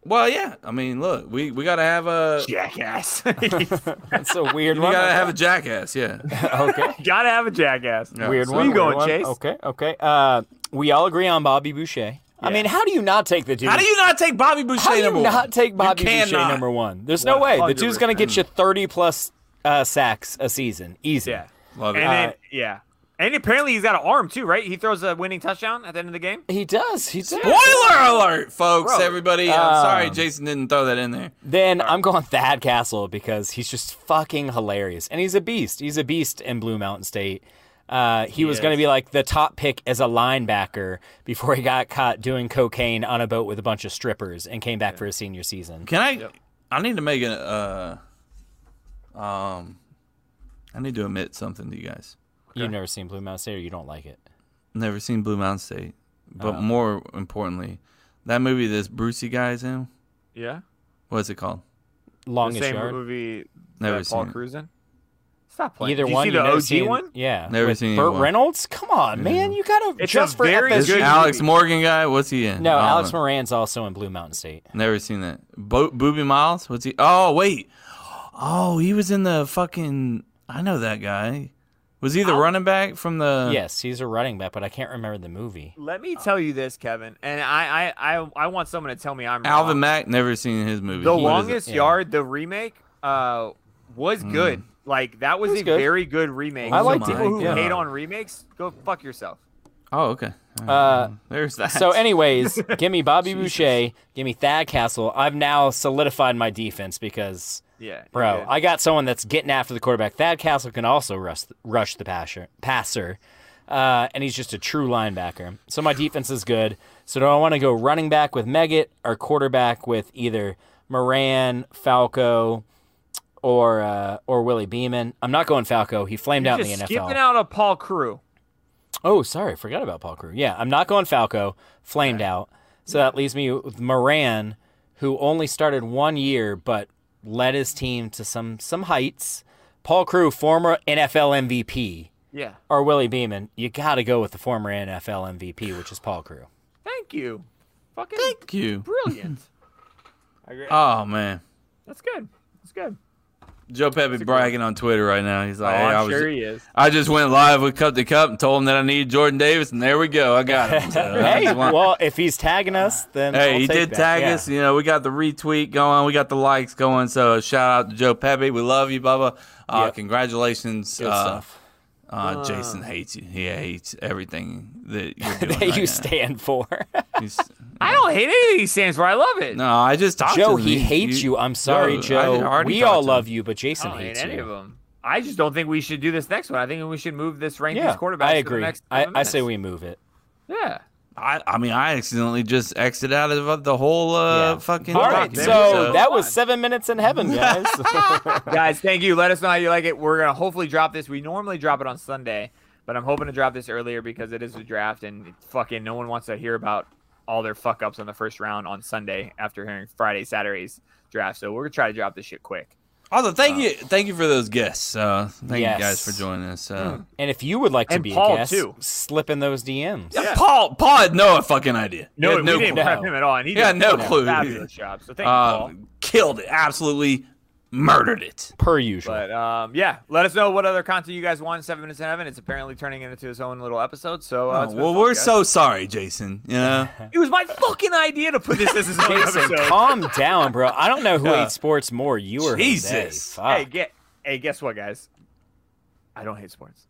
Speaker 1: well, yeah. I mean, look, we, we gotta have a
Speaker 4: jackass. <laughs>
Speaker 3: That's a weird
Speaker 1: we
Speaker 3: one.
Speaker 1: gotta
Speaker 3: okay.
Speaker 1: have a jackass. Yeah.
Speaker 4: <laughs>
Speaker 3: okay.
Speaker 4: Gotta have a jackass.
Speaker 3: Weird
Speaker 4: So
Speaker 3: one.
Speaker 4: you
Speaker 3: weird
Speaker 4: going,
Speaker 3: one.
Speaker 4: Chase?
Speaker 3: Okay, okay. Uh, we all agree on Bobby Boucher. I mean, how do you not take the dude?
Speaker 1: <laughs> How do you not take Bobby Boucher
Speaker 3: How do you
Speaker 1: number
Speaker 3: not
Speaker 1: one?
Speaker 3: take Bobby
Speaker 1: you
Speaker 3: Boucher
Speaker 1: cannot.
Speaker 3: number one? There's no way. The dude's going to get you 30 plus uh, sacks a season. Easy.
Speaker 4: Yeah.
Speaker 1: Love
Speaker 4: And
Speaker 1: it.
Speaker 4: then
Speaker 3: Uh,
Speaker 4: yeah. And apparently he's got an arm too, right? He throws a winning touchdown at the end of the game.
Speaker 3: He does. He does.
Speaker 1: Uh, Spoiler alert, folks!
Speaker 4: Bro,
Speaker 1: everybody, I'm sorry,
Speaker 3: um,
Speaker 1: Jason didn't throw that in there.
Speaker 3: Then I'm going Thad Castle because he's just fucking hilarious. And he's a beast. He's a beast in Blue Mountain State. Uh, he was going to be like the top pick as a linebacker before he got caught doing cocaine on a boat with a bunch of strippers and came back for his senior season.
Speaker 1: Can I? I need to make a. Uh, um, I need to admit something to you guys.
Speaker 3: You've never seen Blue Mountain State or you don't like it.
Speaker 1: Never seen Blue Mountain State, but
Speaker 4: Oh.
Speaker 1: more importantly, that movie this Brucey guy's in.
Speaker 4: Yeah.
Speaker 1: What's it called?
Speaker 4: The
Speaker 3: Longest
Speaker 4: same
Speaker 3: yard.
Speaker 4: movie
Speaker 1: Never
Speaker 4: that Paul
Speaker 1: seen it.
Speaker 4: Cruz in. Stop playing.
Speaker 3: Either
Speaker 4: Did you
Speaker 3: one.
Speaker 4: see
Speaker 3: you've
Speaker 4: the
Speaker 3: never
Speaker 4: OG
Speaker 3: seen-
Speaker 4: one?
Speaker 3: Yeah.
Speaker 1: Never
Speaker 3: with
Speaker 1: seen
Speaker 3: Burt
Speaker 1: either one.
Speaker 3: Reynolds? Come on, man. You got to
Speaker 4: It's
Speaker 3: just
Speaker 4: a
Speaker 3: for
Speaker 4: very
Speaker 3: FSU.
Speaker 4: good
Speaker 1: Alex
Speaker 4: movie.
Speaker 1: Morgan guy. What's he in?
Speaker 3: No,
Speaker 1: I don't
Speaker 3: Alex
Speaker 1: know.
Speaker 3: Moran's also in Blue Mountain State.
Speaker 1: Never seen that. Bo- Booby Miles. What's he? Oh wait. Oh, he was in the fucking. I know that guy. Was he the running back from the?
Speaker 3: Yes, he's a running back, but I can't remember the
Speaker 4: <laughs>
Speaker 3: movie.
Speaker 4: Let me tell you this, Kevin, and I I I, I want someone to tell me I'm
Speaker 1: Alvin
Speaker 4: wrong.
Speaker 1: Mack. Never seen his movie.
Speaker 4: The
Speaker 1: What is it?
Speaker 4: longest
Speaker 3: Yeah.
Speaker 4: yard, the remake, uh, was
Speaker 1: Mm.
Speaker 4: good. Like that was,
Speaker 3: was
Speaker 4: a
Speaker 3: good.
Speaker 4: very good remake.
Speaker 3: I
Speaker 4: So
Speaker 3: liked it.
Speaker 4: people who
Speaker 1: Yeah.
Speaker 4: hate on remakes, go fuck yourself.
Speaker 1: Oh okay.
Speaker 3: Uh,
Speaker 1: There's that.
Speaker 3: so, anyways, give me Bobby Boucher, give me Thad Castle. I've now solidified my defense because,
Speaker 4: Yeah,
Speaker 3: bro,
Speaker 4: you're good.
Speaker 3: I got someone that's getting after the quarterback. Thad Castle can also rush, rush the passer, passer uh, and he's just a true linebacker. So my defense is good. So do I want to go running back with Meggett or quarterback with either Moran, Falco, or uh, or Willie Beeman? I'm not going Falco. He flamed out in
Speaker 4: Just
Speaker 3: the NFL.
Speaker 4: skipping out of Paul Crew.
Speaker 3: Oh, sorry, I forgot about Paul Crew. Yeah, I'm not going Falco. Flamed out. So that leaves me with Moran, who only started one year but led his team to some some heights. Paul Crew, former NFL MVP,
Speaker 4: Yeah.
Speaker 3: or Willie Beeman. You got to go with the former NFL MVP, which is Paul Crew.
Speaker 4: Thank you. Fucking
Speaker 1: Thank you.
Speaker 4: brilliant.
Speaker 1: Oh man.
Speaker 4: That's good. That's good.
Speaker 1: Joe Pepe bragging on Twitter right now. He's
Speaker 3: Oh,
Speaker 1: like, hey, Oh, I was,
Speaker 4: he is.
Speaker 1: I just went live with Cup to Cup and told him that I needed Jordan Davis, and there we go. I got
Speaker 3: <laughs>
Speaker 1: him. So, I
Speaker 3: hey,
Speaker 1: just want-
Speaker 3: well, if he's tagging us,
Speaker 4: Uh,
Speaker 3: then
Speaker 1: Hey,
Speaker 3: I'll
Speaker 1: he
Speaker 3: take
Speaker 1: did
Speaker 3: that.
Speaker 1: tag
Speaker 3: Yeah.
Speaker 1: us. You know, we got the retweet going, we got the likes going. So shout out to Joe Pepe. We love you, Bubba. Uh,
Speaker 3: Yep.
Speaker 1: Congratulations.
Speaker 3: Good
Speaker 1: uh,
Speaker 3: stuff.
Speaker 1: Uh, Jason hates you. He hates everything that
Speaker 3: <laughs>
Speaker 1: you're <laughs> doing.
Speaker 3: That
Speaker 1: right
Speaker 3: you
Speaker 1: now.
Speaker 3: stand for.
Speaker 1: He's-
Speaker 4: I don't hate any of these stands, where I love it.
Speaker 1: no, I just talked
Speaker 3: Joe,
Speaker 1: to him.
Speaker 3: he hates you. I'm sorry,
Speaker 1: No, I
Speaker 3: Joe.
Speaker 1: already
Speaker 3: We
Speaker 1: talked
Speaker 3: all
Speaker 1: to
Speaker 3: love
Speaker 1: him.
Speaker 3: you, but
Speaker 4: I
Speaker 3: Jason
Speaker 4: don't hate
Speaker 3: hates
Speaker 4: any
Speaker 3: you.
Speaker 4: of them. I just don't think we should do this next one. I think we should move this rank these quarterbacks.
Speaker 3: I
Speaker 4: to the
Speaker 3: agree.
Speaker 4: next
Speaker 3: I,
Speaker 4: seven
Speaker 3: I say we
Speaker 4: minutes.
Speaker 3: move it.
Speaker 4: Yeah.
Speaker 1: I, I mean, I accidentally just exited out of the whole uh,
Speaker 3: Yeah.
Speaker 1: fucking.
Speaker 3: All right,
Speaker 1: document,
Speaker 4: There
Speaker 3: so
Speaker 4: go.
Speaker 3: that was seven minutes in
Speaker 4: <laughs>
Speaker 3: heaven, guys.
Speaker 4: Guys, thank you. Let us know how you like it. We're gonna hopefully drop this. We normally drop it on Sunday, but I'm hoping to drop this earlier because it is a draft and fucking no one wants to hear about all their fuck ups on the first round on Sunday after hearing Friday, Saturday's draft. So we're gonna try to drop this shit quick.
Speaker 1: Also, thank you, thank you for those guests. Uh, thank
Speaker 3: Yes.
Speaker 1: you guys for joining us. Uh,
Speaker 3: <laughs> and if you would like to
Speaker 4: And
Speaker 3: be a
Speaker 4: Paul,
Speaker 3: guest,
Speaker 4: too.
Speaker 3: slip in those DMs.
Speaker 4: Yeah.
Speaker 1: Paul, Paul had no fucking idea. He had
Speaker 4: we didn't
Speaker 1: clue.
Speaker 4: prep him at all. And he
Speaker 1: Yeah,
Speaker 4: did
Speaker 1: no
Speaker 4: a
Speaker 1: clue.
Speaker 4: Fabulous job. So thank you,
Speaker 1: Uh,
Speaker 4: Paul.
Speaker 1: killed it, absolutely murdered it.
Speaker 3: per usual.
Speaker 4: But um, yeah, let us know what other content you guys want. Seven minutes in heaven. It's apparently turning into its own little episode. So
Speaker 1: Oh,
Speaker 4: uh, it's been
Speaker 1: well,
Speaker 4: fun,
Speaker 1: we're
Speaker 4: guys.
Speaker 1: so sorry, Jason. You know?
Speaker 4: It was my fucking idea to put
Speaker 1: <laughs>
Speaker 4: this as his own <laughs>
Speaker 3: Jason,
Speaker 4: episode.
Speaker 3: calm down, bro. I don't know who
Speaker 1: Yeah.
Speaker 3: hates sports more, you or
Speaker 1: Jesus.
Speaker 3: Jose. Fuck.
Speaker 4: Hey, get hey, guess what, guys? I don't hate sports.